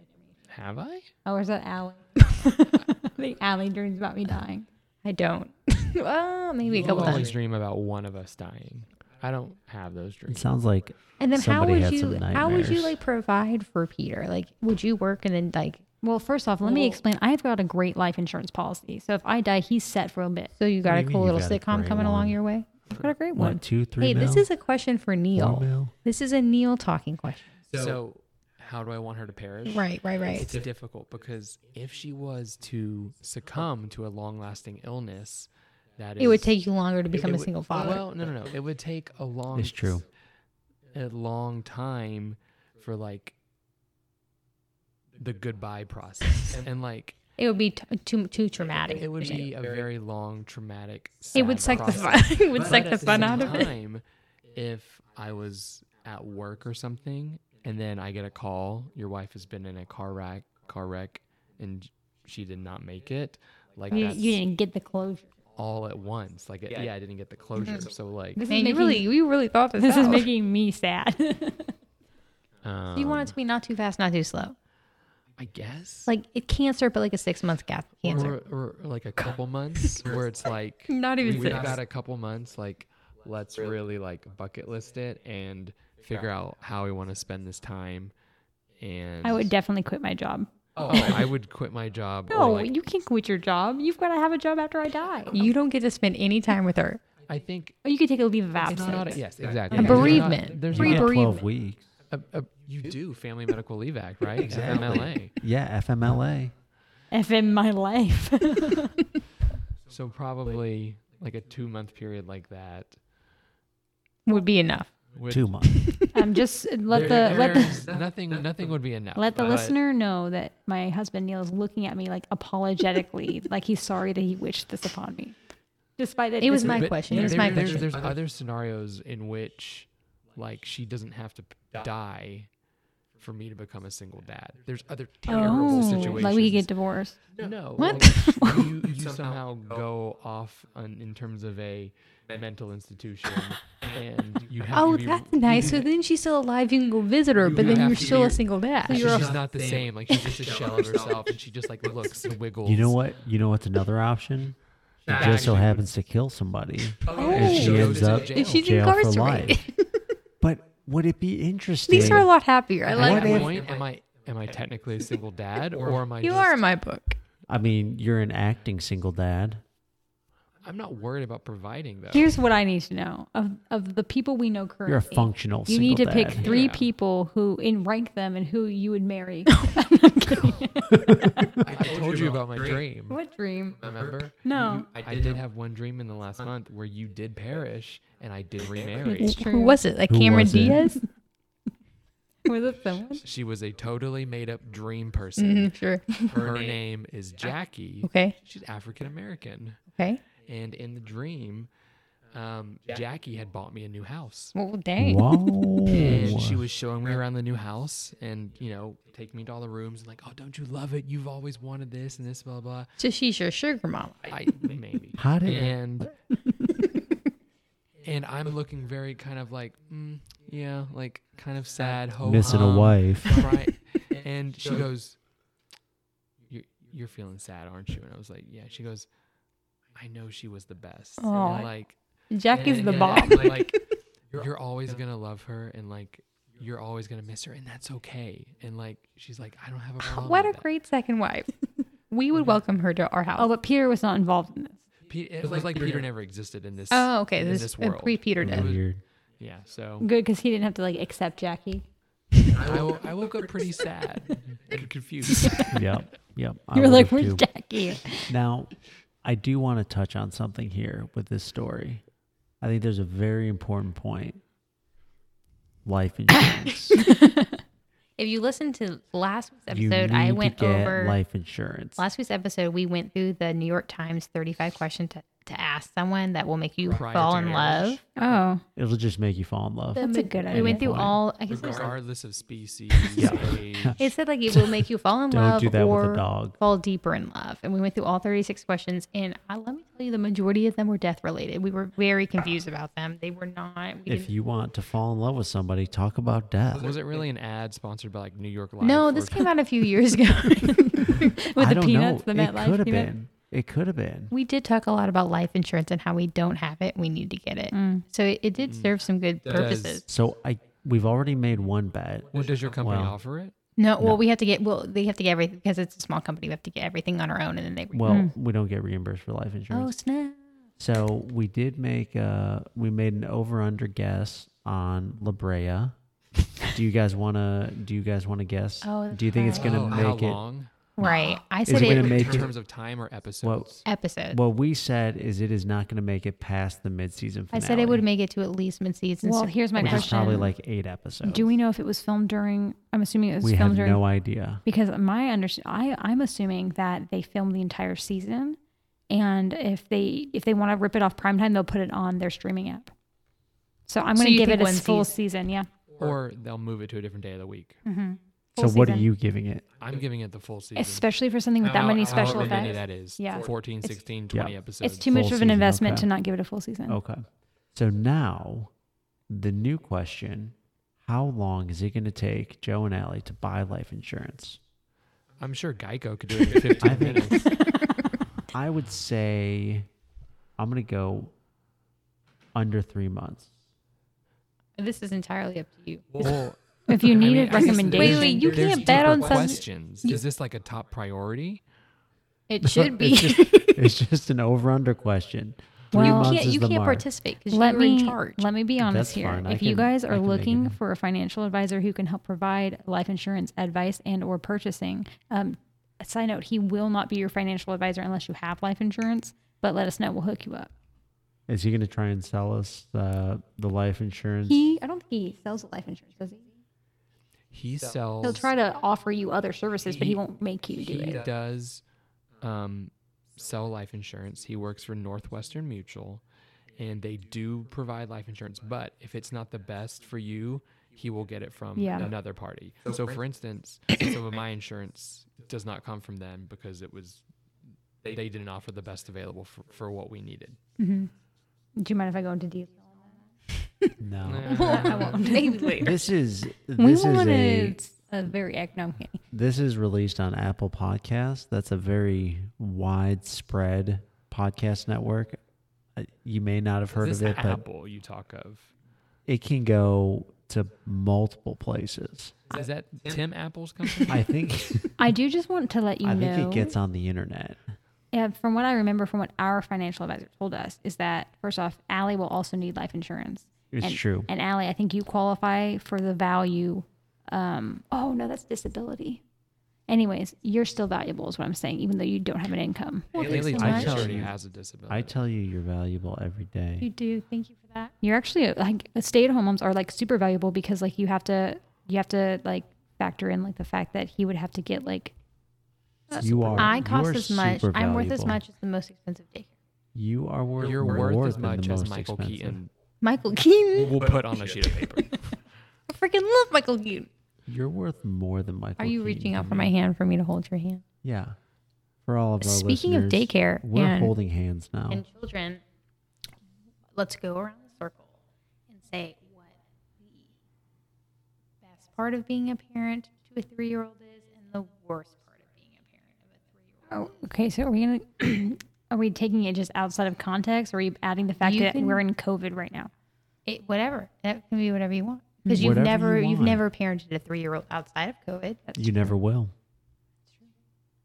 Have I?
Oh, is that Allie? I think Allie dreams about me dying.
I don't. well, maybe a
People
couple times.
always dream about one of us dying. I don't have those
It
dreams.
sounds like
And then
Somebody
how
had
would
some
you how would you
nightmares.
like provide for Peter? Like would you work and then like
Well, first off, let me
Well-
explain. I've got a great life insurance policy, so if I die, he's set for a bit.
so you got
do
a
you mean
cool
you
little
got a
sitcom
great
coming along
one?
your way?
I've got a great one.
one, two, three.
hey, this
mil?
is a question for
Four
Neil.
mil?
This is a Neil talking question.
So, how do I want her to perish?
Right, right, right.
It's difficult because if she was to succumb to a long lasting illness, that
It would
is-
take you longer to
it
become a
would-
single father.
Well, no, no, no. It would take a long.
It's true.
A long time for like the goodbye process, and like
it would be t- too too traumatic.
it would
you're saying.
be a very long traumatic.
it would
sad
suck the fun.
process.
it would
But
suck
at
the fun out of it.
time, If I was at work or something, and then I get a call, your wife has been in a car wreck, car wreck, and she did not make it. Like
You,
that's
you didn't get the closure.
all at once. Like yeah, I didn't get the closure.
Mm-hmm.
So like,
This
Man,
is
you
making,
really you really thought this.
this is
out.
making me sad.
um,
you want it to be not too fast, not too slow.
I guess
Like it cancer, but like a six month gap cancer.
or, or like a couple months where it's like
Not even
we've
six.
got a couple months. Like let's really like bucket list it and figure out how we want to spend this time. And
I would definitely quit my job.
Oh, I would quit my job. or,
No,
like,
you can't quit your job. You've got to have a job after I die. You,
You don't get to spend any time with her.
I think
or you could take a leave of
it's not
absence.
auto- yes, exactly.
A
There's not-
bereavement.
There's
You
Free
get
not,
12 weeks.
a, a, you do Family Medical Leave Act, right? FMLA.
Yeah, FMLA.
FM my life.
So probably like a two month period like that.
Would be enough.
Would,
Two months.
I'm just uh, let the
There-
let the
there's nothing nothing would be enough.
let the
but
listener know that my husband Neil is looking at me like apologetically, like he's sorry that he wished this upon me. Despite that,
It was
this-
my
but
question.
there-
It was my
there- there's,
question.
there's other scenarios in which like she doesn't have to p- die for me to become a single dad. There's other terrible
oh,
situations.
like we could get divorced.
No.
What?
like, you, you somehow go off on, in terms of a mental institution, and you have
Oh,
to be.
that's nice. So then she's still alive. You can go visit her, but
you
then
have
you're
to
still
be-
a single dad.
she's not the same. Like she's just a shell of herself, and she just like looks and wiggles.
You know what? You know what's another option? She just so
Actually-
happens to kill somebody.
And
she
goes
ends
to
up-
jail.
She's
Jail for
incarcerated.
life. But would it be interesting?
These are a lot happier. I
At
like
that
What if-
that.
point, am I am I technically a single dad, or am I?
You
just,
are in my book.
I mean, you're an acting single dad.
I'm not worried about providing though.
Here's what I need to know of of the people we know currently.
You're a functional
You
single
need to
dad.
pick three
Yeah.
people who and rank them and who you would marry.
Oh
I told you about my dream.
what dream?
Remember?
No.
I did, have one dream in the last month where you did perish and I did remarry.
It's true.
Who was it? Like
Who
Cameron
was it?
Diaz?
Was it someone?
She was a totally made up dream person.
Mm, sure.
Her name is Jackie.
Okay.
She's African American.
Okay.
And in the dream, um, Jackie had bought me a new house.
Well, dang.
Whoa.
And she was showing me around the new house and, you know, taking me to all the rooms and like, oh, don't you love it? You've always wanted this and this, blah, blah.
So she's your sugar mama.
I maybe.
How did-
and and I'm looking very kind of like mm, yeah, like kind of sad, ho
Missing a wife.
right? And she goes, "You're you're feeling sad, aren't you?" And I was like, "Yeah." She goes, "I know she was the best." And
Aw.
like
Jack is the
and-
bomb.
Like you're always gonna love her, and like you're always gonna miss her, and that's okay. And like, she's like, I don't have a problem.
What a
with that."
great second wife. We would welcome her to our house.
Oh, but Peter was not involved in this.
Pe- it was like Peter never existed in this.
Oh, okay.
in
This,
this,
is
world.
pre Peter did.
Weird.
yeah. So
Good, because he didn't have to like accept Jackie.
I, wo- I woke up pretty sad and confused.
yep. Yep. I
You were like,
would've
"Where's
too.
Jackie?"
Now, I do want to touch on something here with this story. I think there's a very important point. Life insurance.
If you listen to last week's
you
episode,
need
I
to
went
get
over
life insurance.
last week's episode. We went through the New York Times 35 question to, to ask someone that will make you
Prior
fall
to
in
marriage.
love.
Oh,
It'll just make you fall in love.
That's a good
we
idea.
went through all. I guess it, was-
regardless of species,
Yeah.
age.
it said like it will make you fall in
Don't
love
do that
or
with a dog.
fall deeper in love. And we went through all 36 questions, and I, let me tell you, the majority of them were death related. We were very confused about them. They were not. We
If
didn't,
you want to fall in love with somebody, talk about death.
Was it really an ad sponsored by like New York Life?
no,
or-
this came out a few years ago.
with
I
the
don't
peanuts,
know.
the
it
MetLife
could have
peanut.
been. It could have been.
we did talk a lot about life insurance and how we don't have it. We need to get it.
Mm.
So it, it
Mm.
did serve some good purposes.
So I we've already made one bet.
Well, does your company
Well.
offer it?
No, well, we have to get, well, they have to get everything because it's a small company. We have to get everything on our own and then they,
Well, we don't get reimbursed for life
oh,
insurance.
snap.
So we did make uh we made an over under guess on La Brea. do you guys wanna do you guys wanna guess?
Oh, that's
do you think it's gonna
Oh, how
make it
long?
Right. I
it
said
gonna
it,
make
in
it-
terms of time or episodes?
episode.
what we said is it is not gonna make it past the mid season
I
finale.
said it would make it to at least mid season.
Well, here's my
which is
question.
probably like eight episodes.
Do we know if it was filmed during? I'm assuming it was
we have
filmed during.
no idea.
because my under I I'm assuming that they filmed the entire season, and if they if they want to rip it off primetime, they'll put it on their streaming app. So I'm
So
going to
you
give
think
it a
one
full season. Yeah.
Or they'll move it to a different day of the week.
Hmm.
So
Full
what are
season.
you giving it?
I'm giving it the full season.
Especially for something with that
How-
many
how-
special
however many
effects.
that is.
Yeah.
14, 16, 20
Yeah.
episodes.
It's too much
Full
of
season,
an investment to
okay.
not give it a full season.
Oh.
Okay. So now the new question how long is it going to take Joe and Allie to buy life insurance?
I'm sure Geico could do it in 15 minutes.
I would say I'm going to go under three months.
This is entirely up to you.
Well,
If you
I mean,
needed
I guess
recommendations,
Wait, wait, you
there's
can't bet
deeper
on something-
questions. Is this like a top priority?
It should be.
It's just, it's just an over under question. Three
Well- You
months
you can't,
is
you
the
can't
mark.
participate because
let
you're
me
in charge.
let me be honest
That's
here.
fine. I
If you
can-
guys
I
are
can make it
looking
happen.
for a financial advisor who can help provide life insurance advice and or purchasing, um, a side note, he will not be your financial advisor unless you have life insurance. But let us know; we'll hook you up.
Is he going to try and sell us uh, the life insurance?
He, I don't think he sells life insurance, does he?
He sells.
He'll try to offer you other services, but he won't make you do
he
it.
does um, sell life insurance. He works for Northwestern Mutual, and they do provide life insurance. But if it's not the best for you, he will get it from
Yeah.
another party. So, for instance, some of my insurance does not come from them because it was they didn't offer the best available for, for what we needed.
Do you mind if I go into detail?
No.
I won't. Maybe later.
This is
We
this is
want
a
a, a very economic.
This is released on Apple Podcasts. That's a very widespread podcast network. Uh, You may not have heard
this
of it, but
Apple you talk of
it can go to multiple places.
is that Tim Apple's company?
I think
I do just want to let you
I
know.
think it gets on the internet.
Yeah, from what I remember from what our financial advisor told us is that first off, Allie will also need life insurance.
It's
and,
true.
And Allie, I think you qualify for the value. Um, oh no, that's disability. Anyways, you're still valuable is what I'm saying, even though you don't have an income.
Haley
so much.
Thomas already
I tell
has a disability.
I tell you, you're valuable every
You
day.
do. Thank you for that.
You're actually like stay-at-home moms are like super valuable because like you have to you have to like factor in like the fact that he would have to get like
You are.
I
you
cost
are
as much.
super
I'm worth as
valuable.
much as the most expensive daycare.
You are worth.
You're
more
worth as
than the
much as
most
Michael
expensive.
Keaton
Michael Keaton.
will put on a sheet of paper.
I freaking love Michael Keaton.
You're worth more than Michael.
Are you
Keaton
reaching
to
out for
me.
my hand for me to hold your hand?
Yeah. For all of our
Speaking of
listeners,
daycare
we're
and-
holding hands now.
And children, let's go around the circle and say what the best part of being a parent to a three year old is and the worst part of being a parent of a three year old.
oh, okay, so are we gonna are we taking it just outside of context or are you adding the fact
You
that
can-
we're in COVID right now?
It, whatever. That can be whatever you want. because you've
Whatever you
never you have
want.
never parented a three year old outside of COVID. That's
You never will.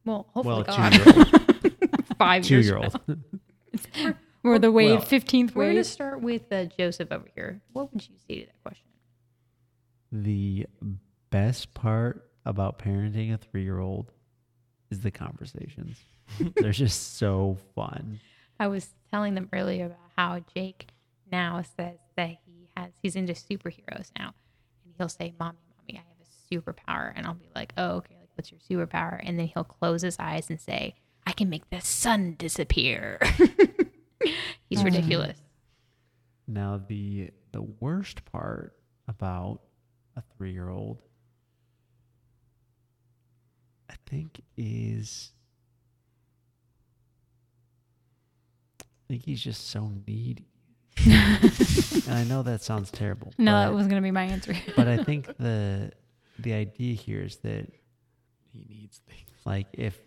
well, hopefully
well,
Oh God. Five
Two
years
year
from
old.
Or the wave,
Well,
15th
We're going to
wave.
start with uh, Joseph over here. What would you say to that question?
the best part about parenting a three year old is the conversations. They're just so fun.
I was telling them earlier about how Jake now says that he has he's into superheroes now, and he'll say, "Mommy, mommy, I have a superpower," and I'll be like, "Oh, okay, like what's your superpower?" And then he'll close his eyes and say, "I can make the sun disappear." he's ridiculous.
Now the the worst part about a three year old I think is I think he's just so needy. and I know that sounds terrible.
No,
but,
that was going to be my answer.
but I think the the idea here is that
He needs things.
like if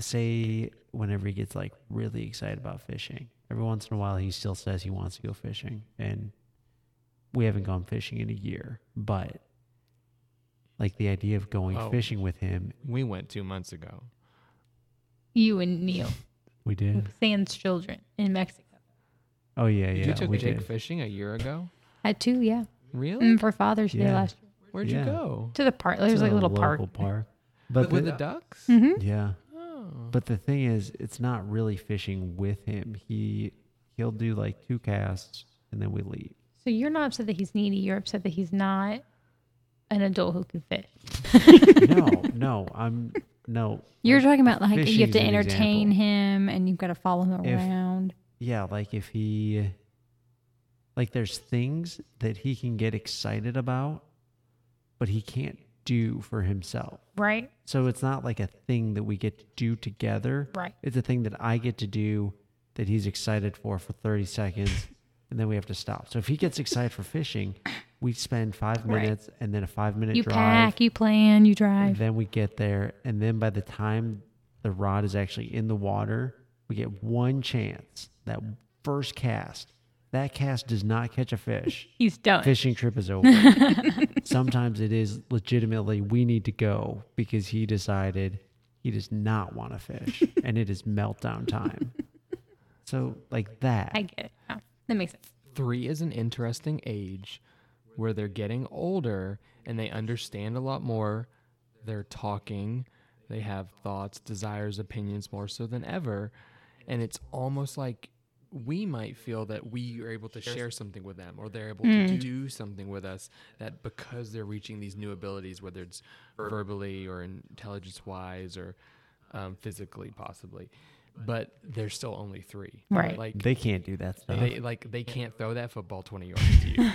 say whenever he gets like really excited about fishing, every once in a while he still says he wants to go fishing and we haven't gone fishing in a year, but like the idea of going
Oh.
fishing with him,
We went two months ago.
You and Neil,
we did.
Sans children in Mexico.
Oh yeah, yeah,
you took
we
Jake
did.
fishing a year ago.
I too, yeah.
Really?
Mm, for Father's Day
Yeah.
last year.
Where'd
Yeah.
you go?
To the park.
To
There's like
the
a little park.
local park. But
With
the-
the ducks?
hmm
yeah,
Oh.
But the thing is, it's not really fishing with him. He he'll do like two casts and then we leave.
So you're not upset that he's needy. You're upset that he's not an adult who can fish.
No, no, I'm no.
You're
like,
talking about like you have
Fishing's
to
an
entertain
example.
him and you've got to follow him
If-
around.
yeah, like if he like there's things that he can get excited about, but he can't do for himself.
Right?
So it's not like a thing that we get to do together.
Right.
It's a thing that I get to do that he's excited for for 30 seconds and then we have to stop. So if he gets excited for fishing, we spend 5
Right.
minutes and then a 5 minute
You
drive.
pack, you plan, you
and
drive.
then we get there and then by the time the rod is actually in the water, we get one chance. That first cast. That cast does not catch a fish.
He's done.
Fishing trip is over. Sometimes it is legitimately we need to go because he decided he does not want to fish and it is meltdown time. So like that.
I get it. Oh, that makes sense.
Three is an interesting age where they're getting older and they understand a lot more. They're talking, they have thoughts, desires, opinions more so than ever. And it's almost like we might feel that we are able to share something with them or they're able to do something with us that because they're reaching these new abilities, whether it's verbally or intelligence wise or um, physically possibly, but they're still only three.
Right.
Like,
they can't do that stuff.
they like they can't throw that football twenty yards to you.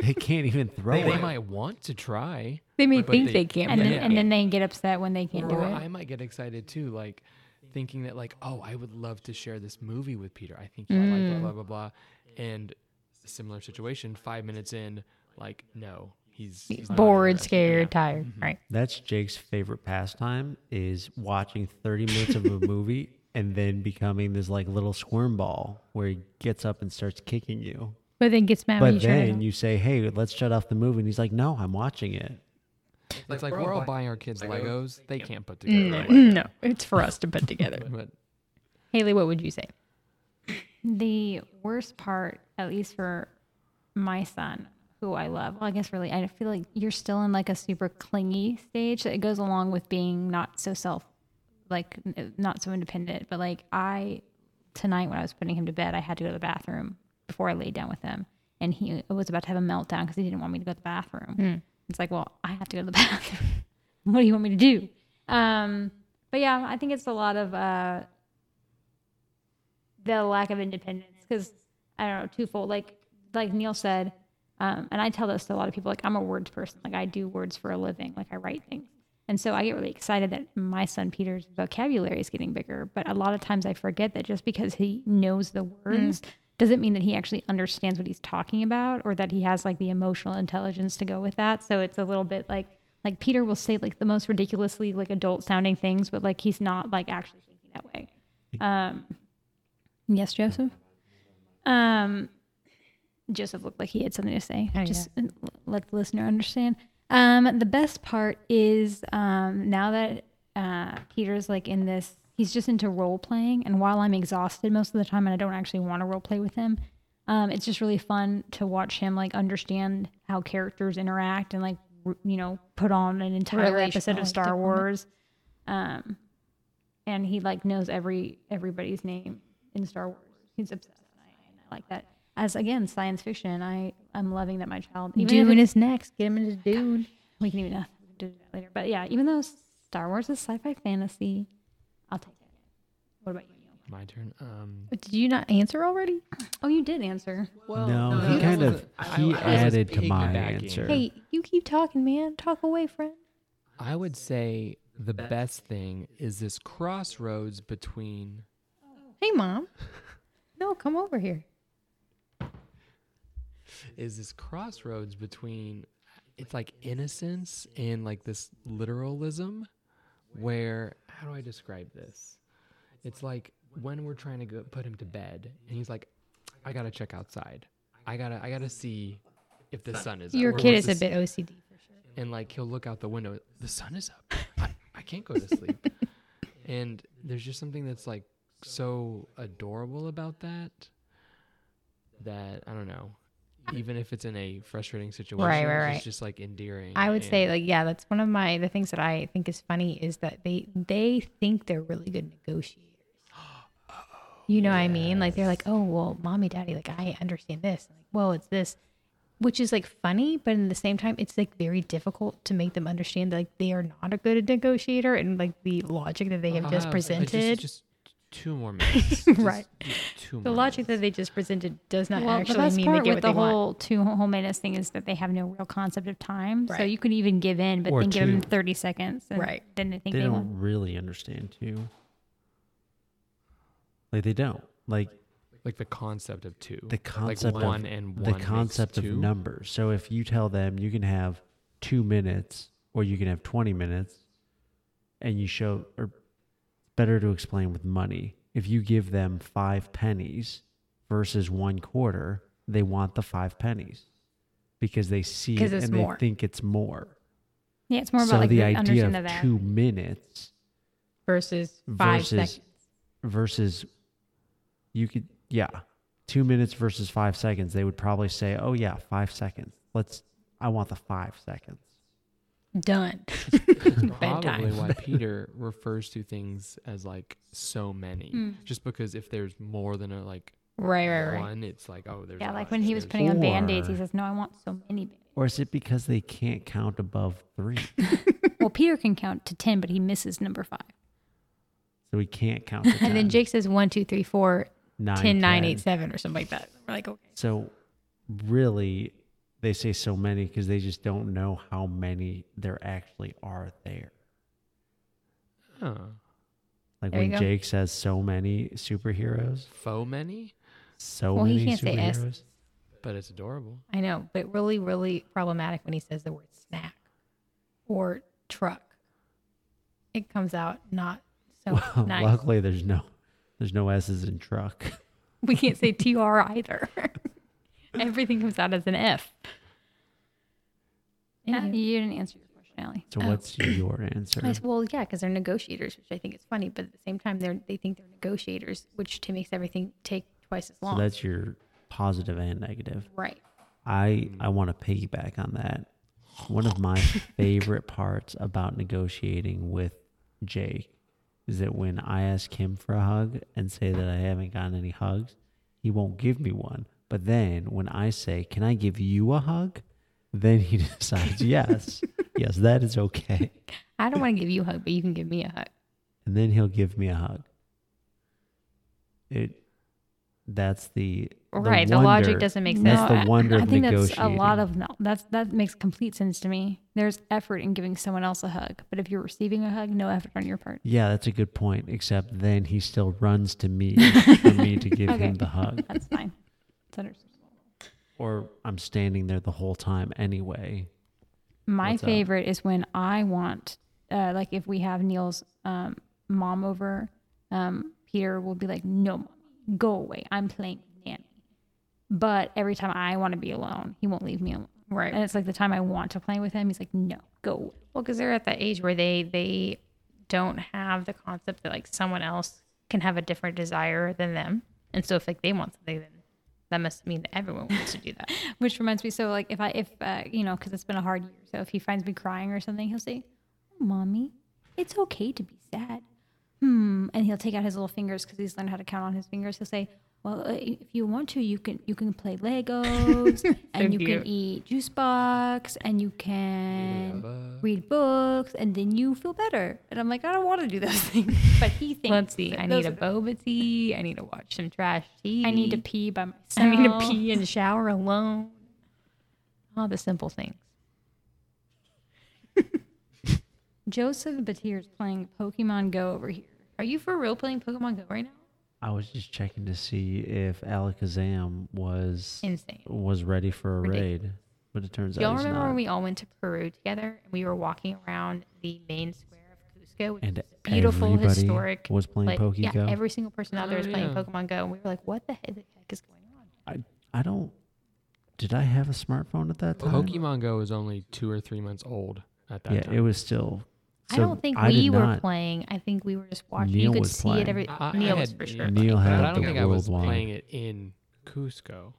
They can't even throw
they
it.
might want to try.
They may
But
think
they-
they can't.
And
but
then,
they
and then they get upset when they can't do
Or
it.
I might get excited too, like thinking that like, oh, I would love to share this movie with Peter. I think he'll like it, blah blah blah. And similar situation, five minutes in, like, no, he's, he's not
bored,
interested.
scared, tired.
Mm-hmm.
Right.
That's Jake's favorite pastime is watching 30 minutes of a movie and then becoming this like little squirm ball where he gets up and starts kicking you.
But then gets mad when you
But
turn it
then
off.
you say, "Hey, let's shut off the movie." And he's like, "No, I'm watching it."
It's like we're all buying our kids Legos. They can't put together.
Mm,
Legos.
no, it's for us to put together.
But
Haley, what would you say?
The worst part, at least for my son, who I love, well, I guess really, I feel like you're still in like a super clingy stage that goes along with being not so self, like n- not so independent. But like I, tonight when I was putting him to bed, I had to go to the bathroom before I laid down with him. And he was about to have a meltdown because he didn't want me to go to the bathroom. It's like, well, I have to go to the bathroom. what do you want me to do? Um, but yeah, I think it's a lot of, uh, the lack of independence because I don't know twofold. Like like Neil said, um, and I tell this to a lot of people. Like I'm a words person. Like I do words for a living. Like I write things, and so I get really excited that my son Peter's vocabulary is getting bigger. But a lot of times I forget that just because he knows the words. Doesn't mean that he actually understands what he's talking about, or that he has like the emotional intelligence to go with that. So it's a little bit like like Peter will say like the most ridiculously like adult sounding things, but like he's not like actually thinking that way. Um, Yes, Joseph. Um, Joseph looked like he had something to say.
Oh,
Just l- let the listener understand. Um, the best part is um, now that uh, Peter's like in this, he's just into role playing. And while I'm exhausted most of the time and I don't actually want to role play with him, um, it's just really fun to watch him like understand how characters interact and like, r- you know, put on an entire episode
Relational,
of
like,
Star
development.
Wars. Um, and he like knows every everybody's name in Star Wars. He's obsessed. And I, and I like that. As again, science fiction. I I'm loving that my child. Even if
Dune
it's-
is next. Get him into Dune.
we can even uh, do that later. But yeah, even though Star Wars is sci-fi fantasy, I'll take it. What about you? Neil?
My turn. Um,
Uh, Did you not answer already?
Oh, you did answer.
no,
no,
he
that
kind of
wasn't- I- I
he
was just
added to my
piggybacking.
answer.
Hey, you keep talking, man. Talk away, friend.
I would say the best thing is this crossroads between
Hey, mom. No, come over here.
is this crossroads between it's like innocence and like this literalism where how do I describe this? It's like when we're trying to go put him to bed and he's like, I gotta check outside. I gotta I gotta see if the sun is up.
Your
or
kid
what's
is a
the
bit OCD for sure.
and like he'll look out the window the sun is up i, I can't go to sleep and there's just something that's like so adorable about that that i don't know even if it's in a frustrating situation
right, right.
it's just like endearing
I would say
and-
like yeah, that's one of my the things that I think is funny is that they they think they're really good negotiators. You know what I mean? Like they're like, oh well, mommy, daddy, like I understand this. Like, well, it's this, which is like funny, but at the same time, it's like very difficult to make them understand that like they are not a good negotiator and like the logic that they have
Ah,
just
I
presented.
just, two more minutes
Right.
Just- just two
the
more
logic that
minutes.
they just presented does not
Well, the
actually
best
mean they
part
get
with
what
the
they want.
whole two homeliness thing is that they have no real concept of time. So
Right.
you could even give in, but
Or
then give them
two.
30 seconds. And
Right.
Then I think
they
they,
don't
won't.
really understand too. Like they don't like
like the concept of two
the concept
like one
of
and one
the
makes
concept of
two.
numbers. So if you tell them you can have two minutes or you can have twenty minutes, and you show or better to explain with money. If you give them five pennies versus one quarter, they want the five pennies because they see
'Cause
it
it's
and
more.
they think it's more.
Yeah, it's more about
so
like
the,
the
idea
understanding
of
of that.
two minutes
versus five
Versus-
seconds.
versus you could yeah two minutes versus five seconds they would probably say oh yeah five seconds let's i want the five seconds
Done.
probably
Bedtime.
why Peter refers to things as like so many, just because if there's more than a like
Right, right, right.
one, it's like oh, there's
Yeah,
a
like
lot,
when he was
there's-
putting on band aids, he
Or-
says, No, I want so many. Band-Aids."
or is it because they can't count above three
well, Peter can count to 10, but he misses number five.
so we can't count to 10,
And then Jake says one, two, three, four,
nine,
10, 9,
10.
8, 7 or something like that. We're like, okay.
so really they say so many because they just don't know how many there actually are there
huh,
like
There you
when
go.
jake says so many superheroes
faux many,
so
Well, he
many
can't say S.
superheroes
but it's adorable.
I know, but really, really problematic when he says the word snack or truck. It comes out not so
well,
nice.
Oh, luckily there's no there's no s's in truck
We can't say TR either. Everything comes out as an F.
Yeah,
Anywho.
you didn't answer your question, Allie.
So
Oh.
what's your answer?
I s- well, yeah, because they're negotiators, which I think is funny, but at the same time, they're, they think they're negotiators, which t- makes everything take twice as
So
long.
that's your positive and negative.
right.
I I want to piggyback on that. One of my favorite parts about negotiating with Jake is that when I ask him for a hug and say that I haven't gotten any hugs, he won't give me one. But then when I say, "Can I give you a hug?" then he decides, "Yes. yes, that is okay."
I don't want to give you a hug, but you can give me a hug.
and then he'll give me a hug. It that's the, the
right. The logic
wonder-
doesn't make sense.
That's
No,
the wonder
I,
of
I think that's a
negotiating.
lot of no, that's that makes complete sense to me. There's effort in giving someone else a hug, but if you're receiving a hug, no effort on your part.
Yeah, that's a good point. Except then he still runs to me for me to give
Okay.
him the hug,
That's fine. It's understandable.
or I'm standing there the whole time anyway.
My
What's up?
favorite is when I want, uh, like, if we have Neil's um, mom over, um, Peter will be like, "No, mommy, go away. I'm playing with nanny." But every time I want to be alone, he won't leave me alone.
Right.
And it's like the time I want to play with him, he's like, no, go.
Well, because they're at that age where they they don't have the concept that like someone else can have a different desire than them, and so if like they want something, then that must mean that everyone wants to do that.
Which reminds me, so like if I if uh, you know, because it's been a hard year, so if he finds me crying or something, he'll say, "Mommy, it's okay to be sad." Hmm, and he'll take out his little fingers because he's learned how to count on his fingers. He'll say, "Well, uh, if you want to, you can you can play Legos and you
cute.
can eat juice box and you can read books and then you feel better." And I'm like, "I don't want to do those things," but he thinks.
Let's see.
that
I
those
need a
are-
boba tea. I need to watch some trash TV.
I need to pee by myself.
I need to pee and shower alone. All the simple things.
Joseph Batier's playing Pokemon Go over here.
Are you for real playing Pokemon Go right now?
I was just checking to see if Alakazam was
Insane.
was ready for a
Ridiculous.
raid, but it turns
Do y'all
out he's
remember
not.
when we all went to Peru together and we were walking around the main square of Cusco, which
and
is a beautiful
everybody
historic
was playing
like,
Pokey
yeah,
Go.
every single person out there
Oh,
was playing
yeah.
Pokemon Go, and we were like, "What the heck, the heck is going on?"
I I don't. Did I have a smartphone at that time?
Pokemon Go was only two or three months old at that
Yeah,
time.
it was still.
I don't
so
think
I
we
did
were
not-
playing. I think we were just watching.
Neil
you could
was
see it every.
I- I
Neil was
had-
for sure.
Neil had-
playing.
but
had
I don't
the
think I was
worldwide.
playing it in Cusco.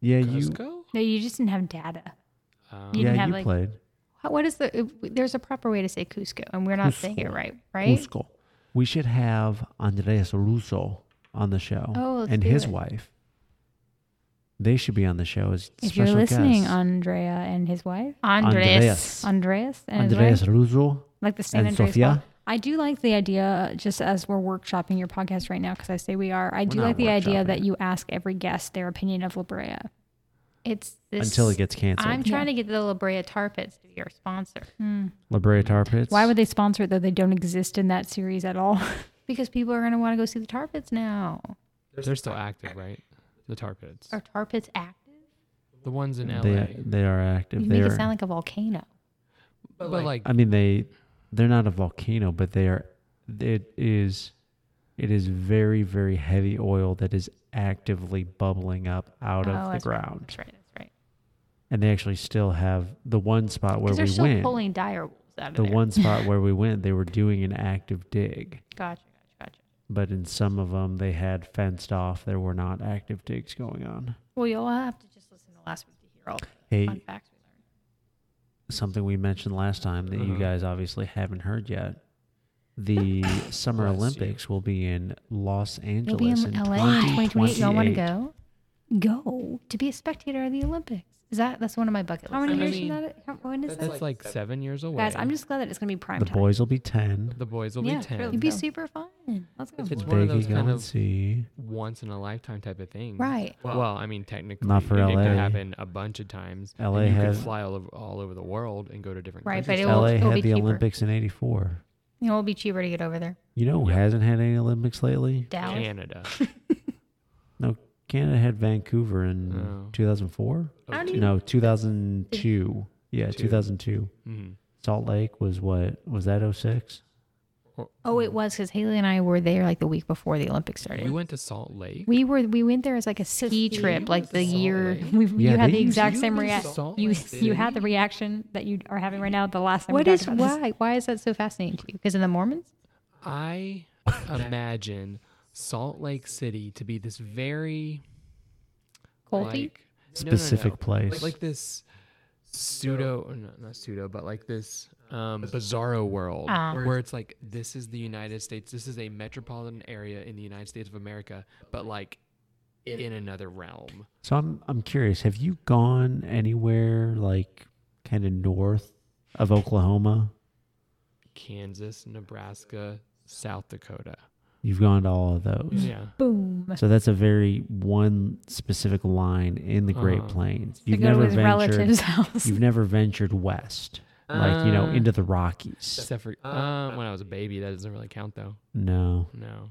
Yeah, you.
Cusco?
No, you just didn't have data.
Um,
You
yeah,
didn't have,
you
like-
played.
How- What is the? if- There's a proper way to say Cusco, and we're not saying it
Cusco.
right, right?
Cusco. We should have Andres Russo on the show
Oh, let's
and
do
his
it.
wife. They should be on the show as
If
special
you're listening,
guests.
Andrea and his wife,
Andres.
Andreas.
Andreas and his
Andres
wife,
Russo.
like the San
and
Andreas.
Sofia.
well. I do like the idea, just as we're workshopping your podcast right now, because I say we are. I do
not
like the idea
workshopping
that
it.
you ask every guest their opinion of La Brea.
It's this.
Until it gets canceled.
I'm trying to get the La Brea Tar Pits to be our sponsor
La Brea Tar Pits.
Why would they sponsor it though? They don't exist in that series at all.
because people are going to want to go see the Tar Pits now.
They're still active, right? The tar pits.
Are Tar Pits active?
The ones in LA.
They, they are active.
You
they
make
are,
it sound like a volcano.
but like,
I mean, they they're not a volcano, but they are. It is it is very very heavy oil that is actively bubbling up out
oh,
of the
that's right,
ground,
That's right. That's right.
and they actually still have the one spot where
Because they're
we
still
went.
pulling dire wolves out of
the
there.
one spot where we went, they were doing an active dig,
Gotcha. Gotcha. Gotcha.
but in some of them they had fenced off. There were not active digs going on.
Well, you'll have to just listen to last week to hear all the
Hey,
fun facts we learned.
something we mentioned last time that you
Uh-huh.
guys obviously haven't heard yet. The Summer
Bless you.
Olympics will be in Los
You'll be
Angeles
in
in
LA in 2028. Y'all want
2028.
to go?
Go.
To be a spectator of the Olympics. Is that that's one of my bucket lists.
How many
I
years
mean,
from that? How, when is
that's
that?
like, seven years away.
Guys, I'm just glad that it's gonna be prime
The
time.
boys will be 10.
The boys will
Yeah,
be 10.
really.
It'd be
go.
super fun.
Let's go.
It's
They
one of
can
those
go
kind
and
of
see.
once in a lifetime type of thing.
Right.
Well, I mean, technically,
Not for
it
LA.
could happen a bunch of times. and
LA
you
has-
could fly all over, all over the world and go to different
Right, but
countries.
it will-
LA
it'll be
had the
cheaper.
Olympics in 84.
You know, it'll be cheaper to get over there.
You know who hasn't had any Olympics lately?
Dallas.
Canada.
No, Canada had Vancouver in
Oh.
2004?
How do you
No, 2002. Yeah, 2002.
Mhm.
Salt Lake was what? Was that 06?
Oh, it was because Haley and I were there like the week before the Olympics started.
You went to Salt Lake?
we were we went there as like a ski trip, like the year.
We,
Yeah,
you had the
they-
exact
You
same
do
reaction.
Salt
You
Lake
you had the reaction that you are having right now. The last time.
What
we
is
talked about
why?
this.
Why is that so fascinating to you? Because of the Mormons?
I imagine Salt Lake City to be this very
Colty?
like-
Specific place.
like this pseudo, no, not pseudo, but like this um, bizarro world
Ah.
where it's like this is the United States, this is a metropolitan area in the United States of America, but like in another realm.
So I'm I'm curious. Have you gone anywhere like kind of north of Oklahoma?
Kansas, Nebraska, South Dakota.
You've gone to all of those.
Yeah.
Boom.
So that's a very one specific line in the Great
Uh-huh.
Plains.
To
You've
go to
never
his
ventured.
relative's house.
You've never ventured west, like you know,
Uh,
into the Rockies.
Except for uh, when I was a baby, that doesn't really count though.
No,
No.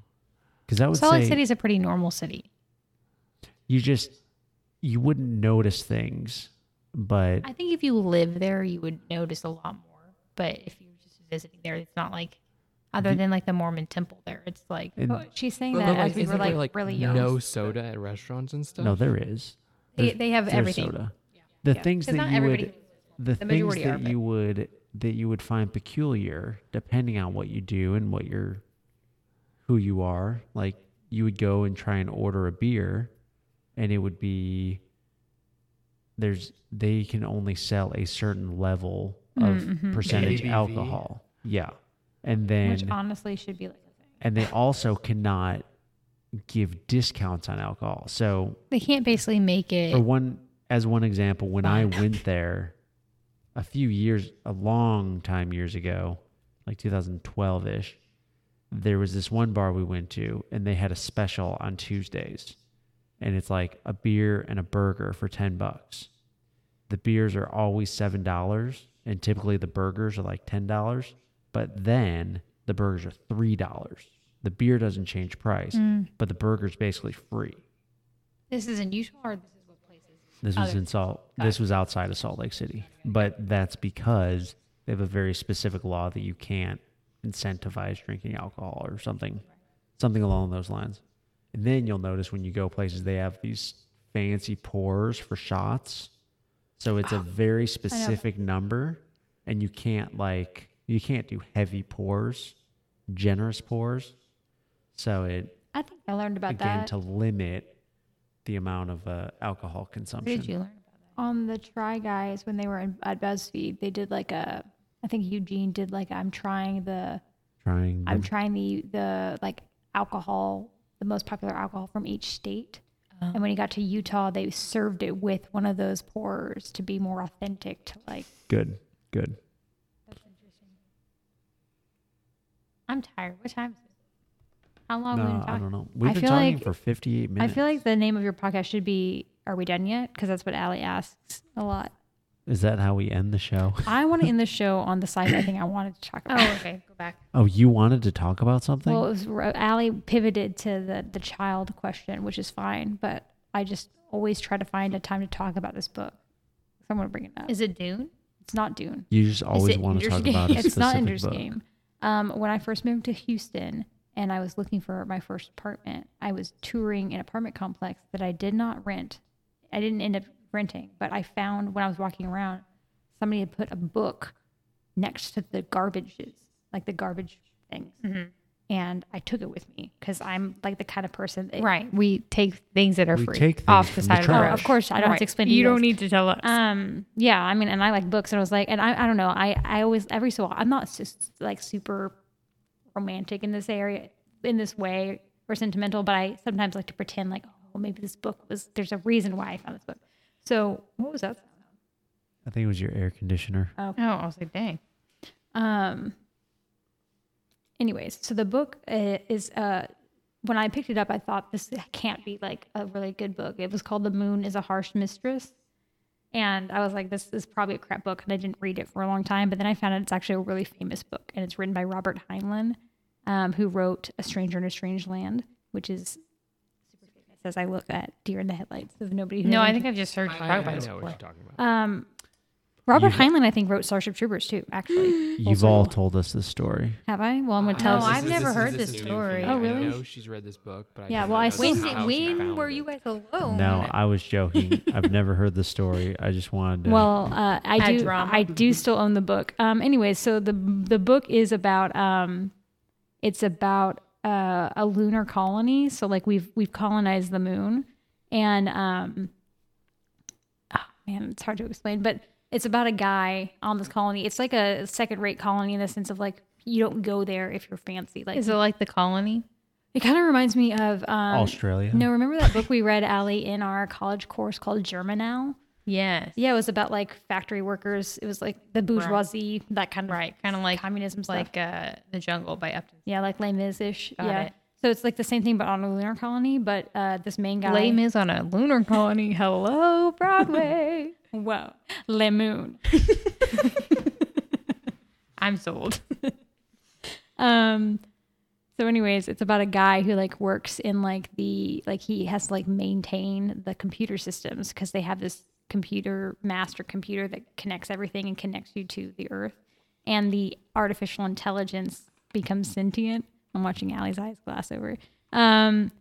because I would
Salt Lake
say
City is a pretty normal city.
you just you wouldn't notice things, but
I think if you live there, you would notice a lot more. But if you're just visiting there, it's not like other than like the Mormon temple there. It's like
Mm-hmm. and-
Oh, she's saying
But,
that
like,
as we
isn't
were
there,
like, really young.
no soda at restaurants and stuff.
no, there is.
they,
There's-
they have
there's
everything.
Soda. the
Yeah,
things
'cause
that
not
you
everybody
would
uses
the,
The
things
majority are,
that
but-
you would that you would find peculiar depending on what you do and what you're who you are like you would go and try and order a beer and it would be there's they can only sell a certain level
Mm,
of
mm-hmm.
percentage
ABV.
alcohol yeah and then
which honestly should be like a thing.
and they also cannot give discounts on alcohol so
They can't basically make it.
for one as one example when i went there a few years a long time years ago like 2012ish there was this one bar we went to and they had a special on tuesdays and it's like a beer and a burger for 10 bucks the beers are always seven dollars and typically the burgers are like ten dollars but then the burgers are three dollars the beer doesn't change price but the burger's basically free
This is unusual, or this is what places.
this was in Salt. This was outside of Salt Lake City, but that's because they have a very specific law that you can't incentivize drinking alcohol or something, something along those lines. And then you'll notice when you go places, they have these fancy pours for shots. So it's a very specific number, and you can't like you can't do heavy pours, generous pours. So it
I think I learned about
again
that
to limit the amount of uh, alcohol
Where
consumption.
did you learn about
on the Try Guys when they were in, at BuzzFeed. They did like a, I think Eugene did like I'm trying the
trying
I'm trying the the like alcohol, the most popular alcohol from each state.
Uh-huh.
And when he got to Utah, they served it with one of those pours to be more authentic to like
good good
that? I'm tired. What time is it? How long have we
no,
been
i
talking?
don't know we've
I
been
feel
talking
like-
for 58 minutes
I feel like the name of your podcast should be Are We Done Yet? Because that's what Allie asks a lot.
is that how we end the show
I want to end the show on the sci-fi thing I wanted to talk about.
Oh, okay. Go back.
oh you wanted to talk about something
Well, it was, Allie pivoted to the, the child question, which is fine, but I just always try to find a time to talk about this book. Someone bring it up.
Is it Dune?
It's not Dune.
you just always
it
want to
Ender's
talk
Game?
about a
It's not
specific
Ender's
book.
Game. Um, when I first moved to Houston and I was looking for my first apartment, I was touring an apartment complex that I did not rent. I didn't end up renting, but I found when I was walking around, somebody had put a book next to the garbages, like the garbage things. And I took it with me because I'm like the kind of person that
Right. We take things that are
We
free
take
off the
things from
side
the
of the
Oh,
road.
trash.
of course, I don't have
Right.
to explain. to
You
guys.
don't need to tell us.
Um, yeah, I mean, and I like books, and I was like, and I, I don't know, I, I always every so I'm not just like super romantic in this area, in this way, or sentimental, but I sometimes like to pretend like, oh, maybe this book was there's a reason why I found this book. So what was that?
i think it was your air conditioner
oh, I was like, dang.
Um. Anyways, so the book uh, is uh, when I picked it up, I thought this can't be like a really good book. It was called "The Moon Is a Harsh Mistress," and I was like, "This is probably a crap book," and I didn't read it for a long time. But then I found out it's actually a really famous book, and it's written by Robert Heinlein, um, who wrote "A Stranger in a Strange Land," which is super famous. As I look at deer in the headlights of nobody. Who
No, I
Knows.
think I've just heard you
I,
talk
I
about this
know what
before.
you're talking about.
Um, Robert
You've-
Heinlein, I think, wrote Starship Troopers too. Actually, Full
you've all
circle.
told us this story
Have I? Well, I'm gonna tell.
No,
us-
I've never heard this
new
story.
thing.
Oh,
I
really?
know she's read this book, but I
Yeah,
don't
well, I
know
said- When did-
how she found it.
guys
Oh,
alone?
no i was joking i've never heard the story i just wanted to
Well, uh, I
Add
do.
drama. Mm-hmm.
I do still own the book. Um, anyway, so the the book is about um, it's about uh, a lunar colony. So like we've we've colonized the moon, and um, ah, man, it's hard to explain, but it's about a guy on this colony. It's like a second rate colony in the sense of like you don't go there if you're fancy. Like
Is it like the colony?
it kind of reminds me of um,
australia
No, remember that book we read, Allie, in our college course called Germanow?
Yes.
Yeah, it was about like factory workers. It was like the bourgeoisie, that kind of
Right. Kind of like
communism stuff.
like uh, the jungle by Upton.
Yeah, like Les Mis ish.
Got
Yeah.
it.
So it's like the same thing, but on a lunar colony. But uh, this main guy,
Lame is on a lunar colony. Hello, Broadway.
Whoa, Le Moon.
I'm sold.
Um. So, anyways, it's about a guy who like works in like the like he has to like maintain the computer systems because they have this computer master computer that connects everything and connects you to the earth, and the artificial intelligence becomes sentient. I'm watching Allie's eyes glass over. Um,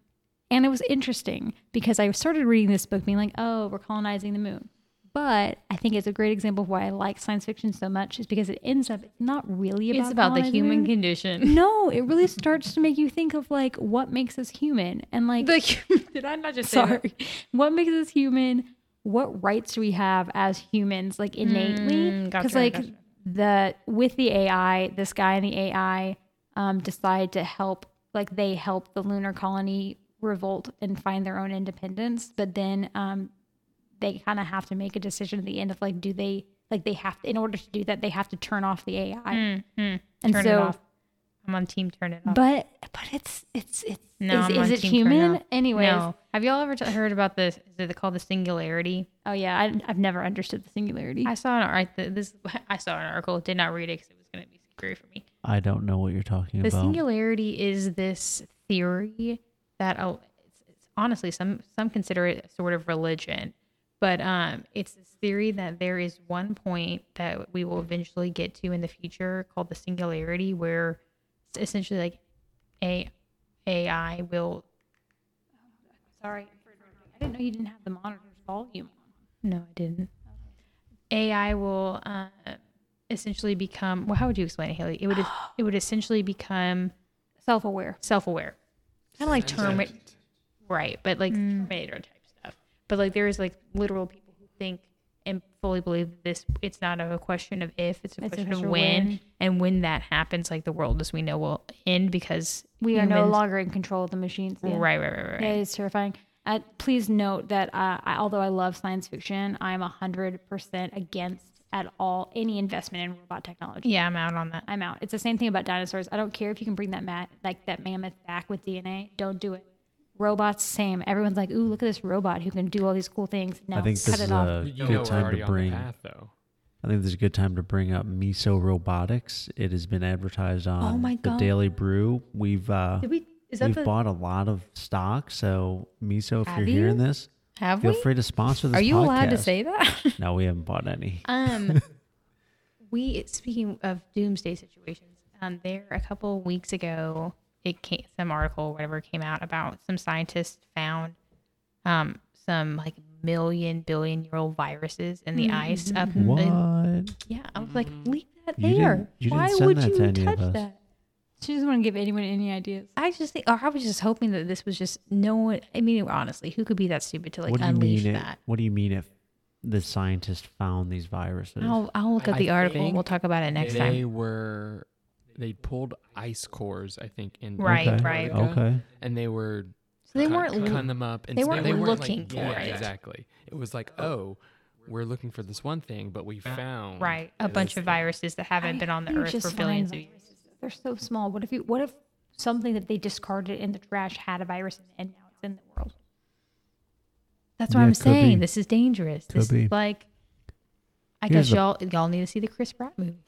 and it was interesting because I started reading this book, being like, "Oh, we're colonizing the moon," But I think it's a great example of why I like science fiction so much is because it ends up it's not really about
It's about the
colonizing
human
the moon.
condition.
No, it really starts to make you think of like what makes us human and like
The human, did I not just say that?
sorry what makes us human what rights do we have as humans like innately
Mm,
because
gotcha,
like
gotcha.
the with the ai this guy and the ai um, decide to help like they help the lunar colony revolt and find their own independence but then um, they kind of have to make a decision at the end of like do they like they have to in order to do that they have to turn off the ai
Mm, mm.
and
turn it
so-
off. I'm on team turn it off.
but but it's it's it's
No, I'm
is,
on
is it
team for now.
human anyways
no. Have y'all ever t- heard about this? Is it called the singularity?
oh yeah I, i've never understood the singularity
I saw an article. This I saw an article. Did not read it because it was going to be scary for me.
I don't know what you're talking
The
about.
singularity is this theory that oh, it's, it's honestly some some consider it sort of religion, but um, it's this theory that there is one point that we will eventually get to in the future called the singularity, where it's essentially like a AI will
Sorry, I didn't know you didn't have the monitor's volume
No, I didn't. AI will uh, essentially become. Well, how would you explain it, Haley? It would. it would essentially become
Self-aware.
self-aware, kind of like Terminator, right? But like Terminator type stuff. But like there is like literal people who think and fully believe that this. It's not a question of if; it's a
It's a
question
question
of
of
when.
when.
And when that happens, like the world as we know will end because
We are no
humans-
longer in control of the machines. Yeah.
Right, right, right, right.
That is terrifying. Uh, please note that uh, I, although I love science fiction, I'm 100% against at all any investment in robot technology.
yeah, I'm out on that.
I'm out. It's the same thing about dinosaurs. I don't care if you can bring that mat, like that mammoth back with DNA. Don't do it. Robots, same. Everyone's like, "Ooh, look at this robot who can do all these cool things." No,
I think
cut
this is
it off.
a
You know
good
we're
time
already
to
on the
bring.
path, though.
I think this is a good time to bring up Miso Robotics. It has been
Oh
advertised on
my
the Daily Brew. We've uh,
Did we? Is that
we've
the?
bought a lot of stock. So Miso, if
Have
you're
you?
hearing this,
have
feel
we?
free to sponsor this.
Are you allowed to
podcast.
say that?
No, we haven't bought any.
Um, we speaking of doomsday situations. Um, there a couple weeks ago, it came some article, whatever, came out about some scientists found um some like million billion year old viruses in the ice up. in-
Mm-hmm. What?
yeah, I was like, leave that
You didn't-
there.
you didn't
Why
send
would
that to
you
any of
touch
us.
that?
She doesn't want to give anyone any ideas.
I just think, or I was just hoping that this was just no one. I mean, honestly, who could be that stupid to like
what do you
unleash
mean?
that?
It, what do you mean if the scientist found these viruses?
I'll I'll look at
I
the article. We'll
think
talk about it next
they
time.
were they pulled ice cores, I think, in
Right,
okay.
right.
Antarctica,
Okay.
and they were
So they
cut-
weren't
cutting them up. And
they
s-
weren't
like-
looking for
yeah,
it.
Exactly. It was like, oh, we're looking for this one thing, but we found
right a bunch
this
of
thing.
viruses that haven't been on the
You
earth
just
for billions of
find
years.
viruses. They're so small. What if you? What if something that they discarded in the trash had a virus in it and now it's in the world?
That's what
Yeah,
I'm
could be.
saying. This is dangerous. this
Could be.
is like, I
Here's
guess
the-
y'all y'all need to see the Chris Pratt movie.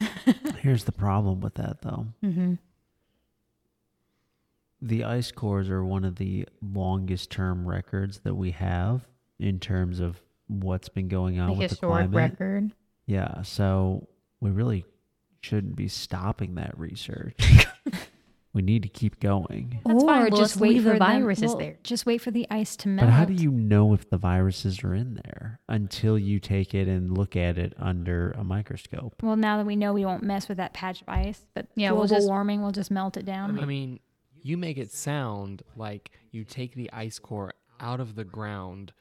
Here's the problem with that, though.
mm-hmm.
the ice cores are one of the longest term records that we have in terms of what's been going on
The
with
historic
the climate.
record.
Yeah, so we really shouldn't be stopping that research. we need to keep going.
That's
Or
fine. We'll
just wait
leave
for
them-
viruses
we'll
there.
Just wait for the ice to melt.
But how do you know if the viruses are in there until you take it and look at it under a microscope?
Well, now that we know, we won't mess with that patch of ice. But
Yeah, we'll
global
just-
warming will just melt it down.
I mean, you make it sound like you take the ice core out of the ground.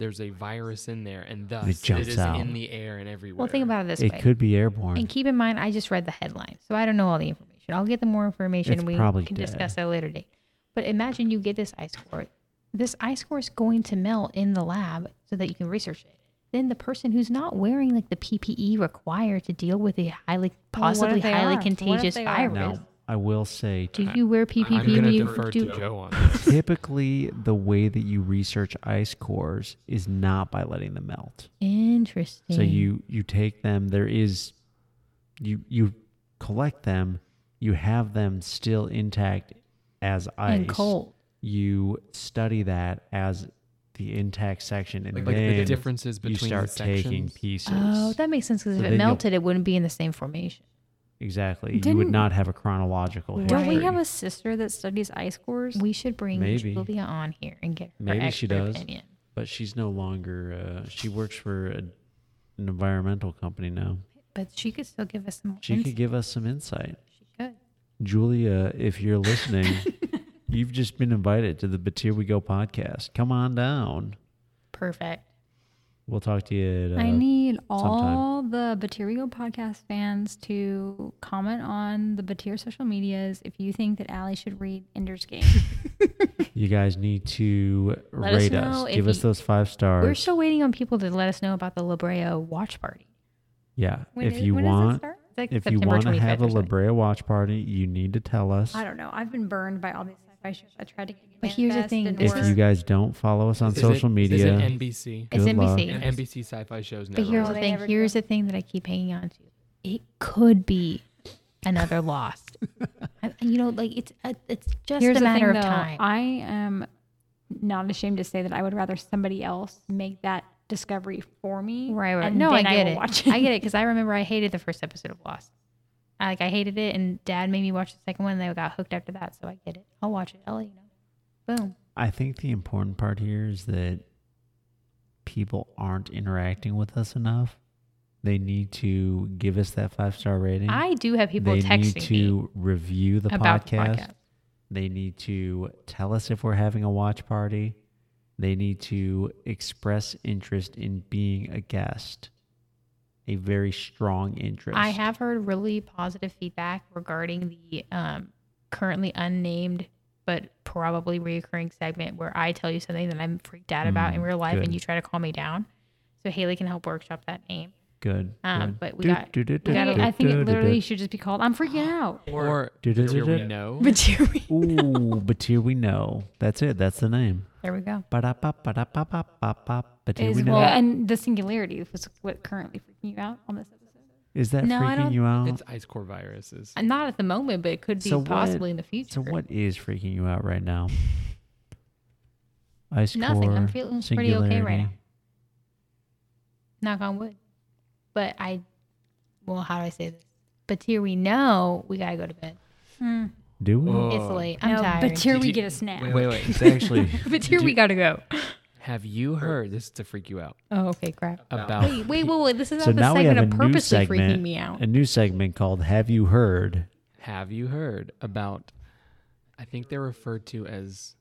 There's a virus in there, and thus it,
jumps
it is
out.
in the air and everywhere.
Well, think about it this way.
It could be airborne.
and keep in mind, I just read the headline, so I don't know all the information. I'll get the more information.
It's
and we
probably
can
dead.
discuss at a later date. But imagine you get this ice core. This ice core is going to melt in the lab so that you can research it. Then the person who's not wearing like the PPE required to deal with a highly, possibly
they
highly
are? What if
contagious
they are?
virus.
now, I will say
Do you wear PPE?
I'm going
when
to
you
defer
do-
to Joe on this.
typically the way that you research ice cores is not by letting them melt.
Interesting.
So
Mm.
you you take them. There is, you you collect them. You have them still intact as ice.
and cold.
You study that as the intact section, and
Like,
then
the differences between
you start
the
taking
sections.
pieces.
Oh, that makes sense
So
because if
then
it
you'll-
melted, it wouldn't be in the same formation.
exactly. You would
Didn't-
not have a chronological history.
Don't we have a sister that studies ice cores?
We should bring
Maybe.
Julia on here and get her
Maybe she
expert
does.
opinion.
But she's no longer. Uh, she works for a an environmental company now.
But she could still give us some. more
She could
insight.
give us some insight.
She could.
Julia, if you're listening, you've just been invited to the But Here We Go podcast. Come on down.
Perfect.
We'll talk to you. At, uh,
I need
sometime.
all the Baterio podcast fans to comment on the Batir social medias if you think that Allie should read Ender's Game.
you guys need to
Let us
rate us.
know if
Give us
you-
those five stars.
We're still waiting on people to let us know about the La Brea watch party.
yeah.
When
if
is-
you
when does it
want,
start?
It's like
if you
September
want to
25th
have
or
a La
something.
Brea watch party, you need to tell us.
I don't know. I've been burned by all these sci-fi shows. I tried to get
But here's the
Manifest,
thing,
didn't
this
If
work.
is-
you guys don't follow us on
Is it-
social media,
Is it NBC?
It's
Good luck.
NBC.
And NBC sci-fi shows never.
But here's the
work.
They
thing.
never do.
Here's the thing that I keep hanging on to. It could be another Lost. I, you know, like it's uh, it's just
Here's
a
the
matter
thing,
of
though.
time.
I am not ashamed to say that I would rather somebody else make that discovery for me.
right, right.
And
No, I
then
get
will
it.
Watch
I get it because I remember I hated the first episode of Lost. I- Like I hated it, and Dad made me watch the second one. and They got hooked after that, so I get it. I'll watch it. I'll let you know. Boom.
I think the important part here is that people aren't interacting with us enough. They need to give us that five star rating.
I do have people
they need
texting me
to review the
about the
podcast.
podcast.
They need to tell us if we're having a watch party. They need to express interest in being a guest. A very strong interest.
I have heard really positive feedback regarding the um, currently unnamed but probably reoccurring segment where I tell you something that I'm freaked out about in
Mm,
real life
good.
and you try to calm me down. So Haley can help workshop that name.
good.
um,
good.
but we
Do-
got-
do- do- do-
I,
do-
I think
do- do-
it literally
do.
should just be called "I'm freaking out."
Or
Did it-
here
did
we
it?
know.
But here we-
Ooh, but here we know. That's it. That's the name.
there we go.
Ba-da-ba, ba-da-ba, ba, ba, ba. But here
Is
we know.
well, and the singularity was what currently freaking you out on this episode.
Is that
No,
freaking
I don't-
you out?
It's ice core viruses.
Uh, Not at the moment, but it could be
So what-
possibly in the future.
So what is freaking you out right now? Ice
Nothing. I'm
core,
feeling pretty okay right now.
singularity.
Knock on wood. But I, well, how do I say this? But here we know we got to go to bed.
Do we?
Oh.
It's late. I'm
No,
tired.
But here
Did
we
you-
get a snack.
Wait, wait.
It's actually
but here we got to go.
Have you heard? This is to freak you out
Oh, okay, crap.
about.
Wait, wait, wait, wait. This is
so
not the
now we have
segment
a
of
new
purposely
segment.
freaking me out.
A new segment called "Have You Heard?"
Have you heard about? I think they're referred to as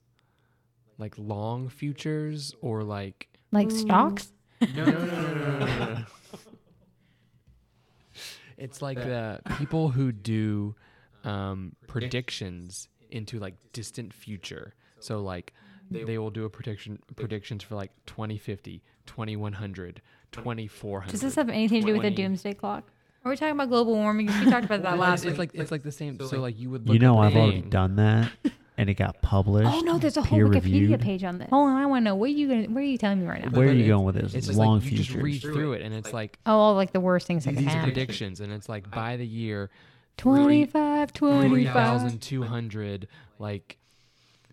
like long futures or like
Like stocks?
it's like the people who do um, predictions into like distant future. So like they will do a prediction predictions for like 2050, 2100, 2400.
Does this have anything to do with the doomsday clock?
Are we talking about global warming? We talked about that
It's,
last
it's
week.
like it's like the same. So like you would. Look
You know,
up
I've
the
already
thing.
done that, and it got published.
Oh no, there's a whole
peer
Wikipedia
reviewed.
page on this.
Hold on, I want to know. What are you gonna? What are you telling me right now?
Where are
But
you
it's-
going with this?
It's just
Long
like you just read
futures.
through it, and it's like
Oh, all like the worst things that can
these
happen.
predictions, and it's like by the year
25, 25.
3,200, like,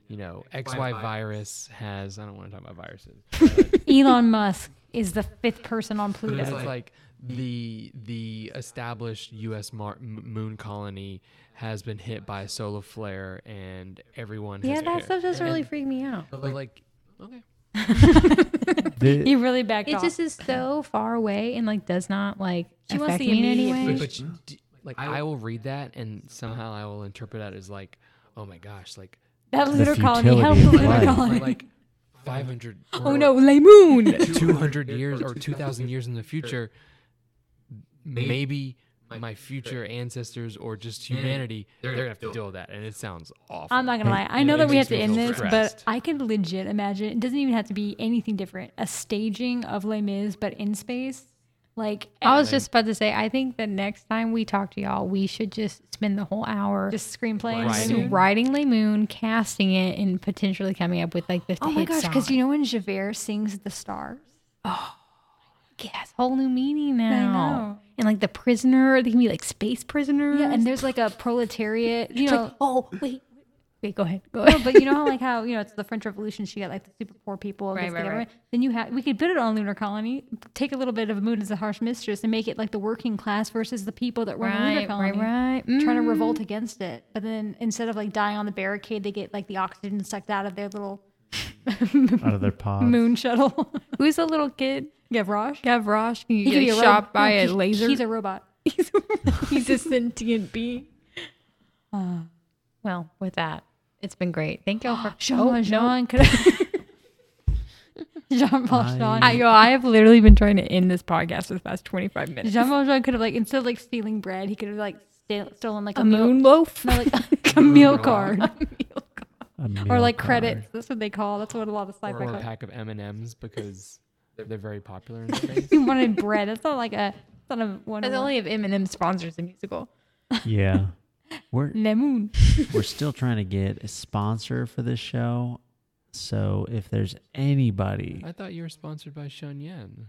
you know, XY virus has, I don't want to talk about viruses.
Elon Musk is the fifth person on Pluto.
It's like the the established U.S. Mar- m- moon colony has been hit by a solar flare, and everyone
Yeah,
has
that stuff doesn't really freak me out.
But like, okay.
The-
he really backed
It
off.
just is so far away and like does not like
She wants
affect
the
me in any
immediate
way.
But, you d- like, I will read that, and somehow I will interpret that as like, oh my gosh, like,
that
The
lunar colony,
futility
help
of
the lunar
life.
colony.
like 500.
Oh no, Le Moon.
200 years or 2000 years in the future maybe my future ancestors or just humanity they're gonna have to deal with that and it sounds awful
I'm not gonna lie. I
It-
know
it
that we have
makes
to
me
end
feel
this, but
stressed.
I could legit imagine. It doesn't even have to be anything different. A staging of Les Mis, but in space. Like
I was just about to say, I think the next time we talk to y'all, we should just spend the whole hour
just screenplay.
Right.
and-
Right.
writing Le Moon, casting it, and potentially coming up with like the
Oh my
hit
gosh!
song.
Because you know when Javert sings the stars,
it has whole new meaning now.
know.
And like the prisoner, they can be like space prisoner.
yeah, Mm, and there's like a proletariat, you
It's
know.
like, oh wait, wait, go ahead, go
No,
ahead.
but you know how like how you know it's the French Revolution. She got like the super poor people
Right,
against
right,
the
right.
government. Then you have we could put it on lunar colony, take a little bit of mood as a harsh mistress, and make it like the working class versus the people that run the lunar
Right,
colony,
right, right.
trying to
Mm.
revolt against it. But then instead of like dying on the barricade, they get like the oxygen sucked out of their little
out of their pod.
moon shuttle.
Who's the little kid?
Gavroche?
Gavroche, can you
He
get
could be a
shot
robot.
by
No,
a
he-
laser?
He's a robot.
he's, a, he's a sentient being.
Uh,
Well, with that, it's been great. Thank y'all for
Jean
Oh, no.
Valjean. Could I... Jean Valjean.
I, yo, I have literally been trying to end this podcast for the past 25 minutes.
Jean Valjean could have like instead of like stealing bread, he could have like sta- stolen like a,
a
meal-
moon loaf?
no, like a meal
Moon
card
A meal
or like
card.
credits. That's what they call. That's what a lot of sci-fi.
or a
Call.
pack of M and M's because they're, they're very popular in space.
He wanted bread. That's not like a. That's not a one.
That's only if Eminem sponsors a musical.
Yeah. We're
Le Moon.
we're still trying to get a sponsor for this show. So if there's anybody
I thought you were sponsored by Shun Yen.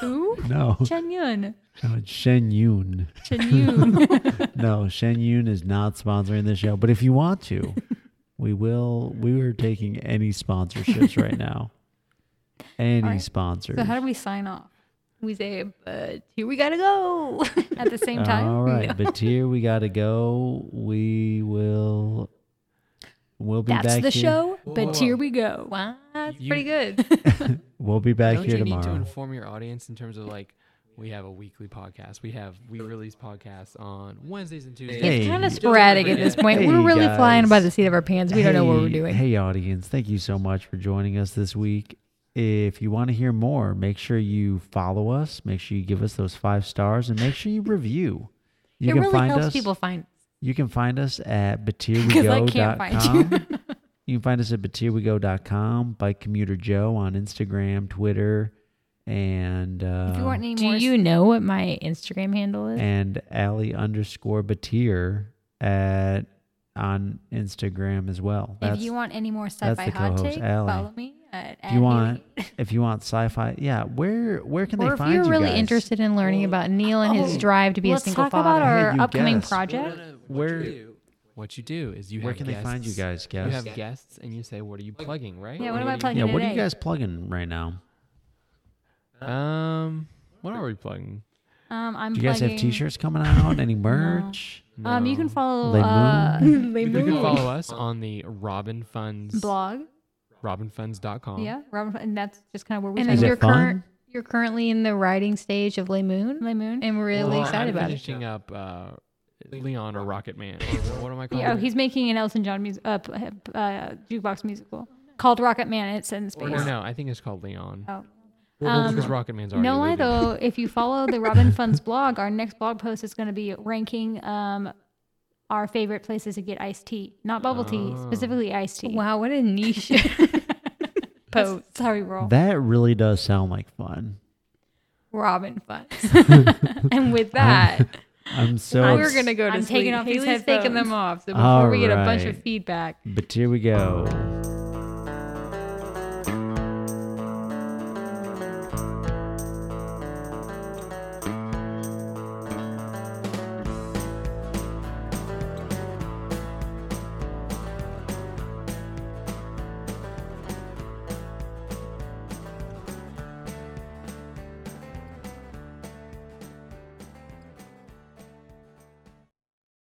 Who?
No.
Chen Yun.
no it's Shen Yun.
Chen Yun.
No, Shen Yun is not sponsoring the show. But if you want to, we will we were taking any sponsorships right now. Any
right.
sponsors.
so how do we sign off
We say, but here we gotta go.
at the same time?
All right, but here we gotta go. We will we'll be
That's
back
the
here.
show.
Whoa.
But here we go.
Wow, that's
You-
pretty good.
We'll be back
Don't
here
you need to
tomorrow.
inform your audience in terms of like we have a weekly podcast. We have we release podcasts on Wednesdays and Tuesdays.
Hey.
It's kind of sporadic at this point.
Hey,
we're really flying by
guys.
the seat of our pants. We don't know what we're
Hey-
doing.
Hey, audience, thank you so much for joining us this week. If you want to hear more, make sure you follow us, make sure you give us those five stars, and make sure you review. You
it
can
really
find
helps
us.
people find.
You can find us at
Because I can't find
batirwego.com. you can find us at batirwego.com by Commuter Joe on Instagram, Twitter, and uh,
If you want any
Do
more,
you know what my Instagram handle is?
and Allie underscore Batir at on Instagram as well.
if you want any more
the
sci-fi hot
co-host,
takes,
Allie.
follow me. At,
if you
at
want if you want sci-fi yeah where where can
Or
they
if
find
you're
you
really
guys?
interested in learning about Neil and his
Oh,
drive to be
Let's
a single
talk
father,
about our
you
upcoming
guessed.
project.
where
What you do is you
where
have
can they find you guys
guests.
guess
You have guests and you say what are you plugging, right?
Yeah, what am I
are you-
plugging?
yeah what are you
today.
guys plugging right now
Um, what are we plugging?
Um, I'm.
do you guys have
plugging-
t-shirts coming out any merch
Um, you can
No.
follow
Le
uh,
Moon?
You can follow us on the Robin Funds
blog.
Oh.
robinfunds.com.
Yeah, Robin, and that's just kind of where we.
and
talk
Is
then
it
you're
fun?
current, you're currently in the writing stage of Le Moon,
Le Moon.
and we're really
Well,
excited
I'm
about it.
finishing up uh, Leon or Rocket Man. what am I calling?
Yeah, oh,
it?
he's making an Elton John music, uh, p- uh, jukebox musical called Rocket Man. and It's in space.
Or no, I think it's called Leon.
Oh.
because
Um,
Rocket Man's already.
no lie
leaving.
though, if you follow the Robin Funds blog, our next blog post is going to be ranking um, our favorite places to get iced tea, not bubble tea,
Oh.
specifically iced tea.
Wow, what a niche post.
Sorry, roll.
that really does sound like fun
Robin Funds. and with that,
i'm so
we're
ex-
gonna go to
I'm
sleep.
taking off these
Haley's taking them
headphones.
off. So before we get a bunch
Alright.
of feedback,
but here we go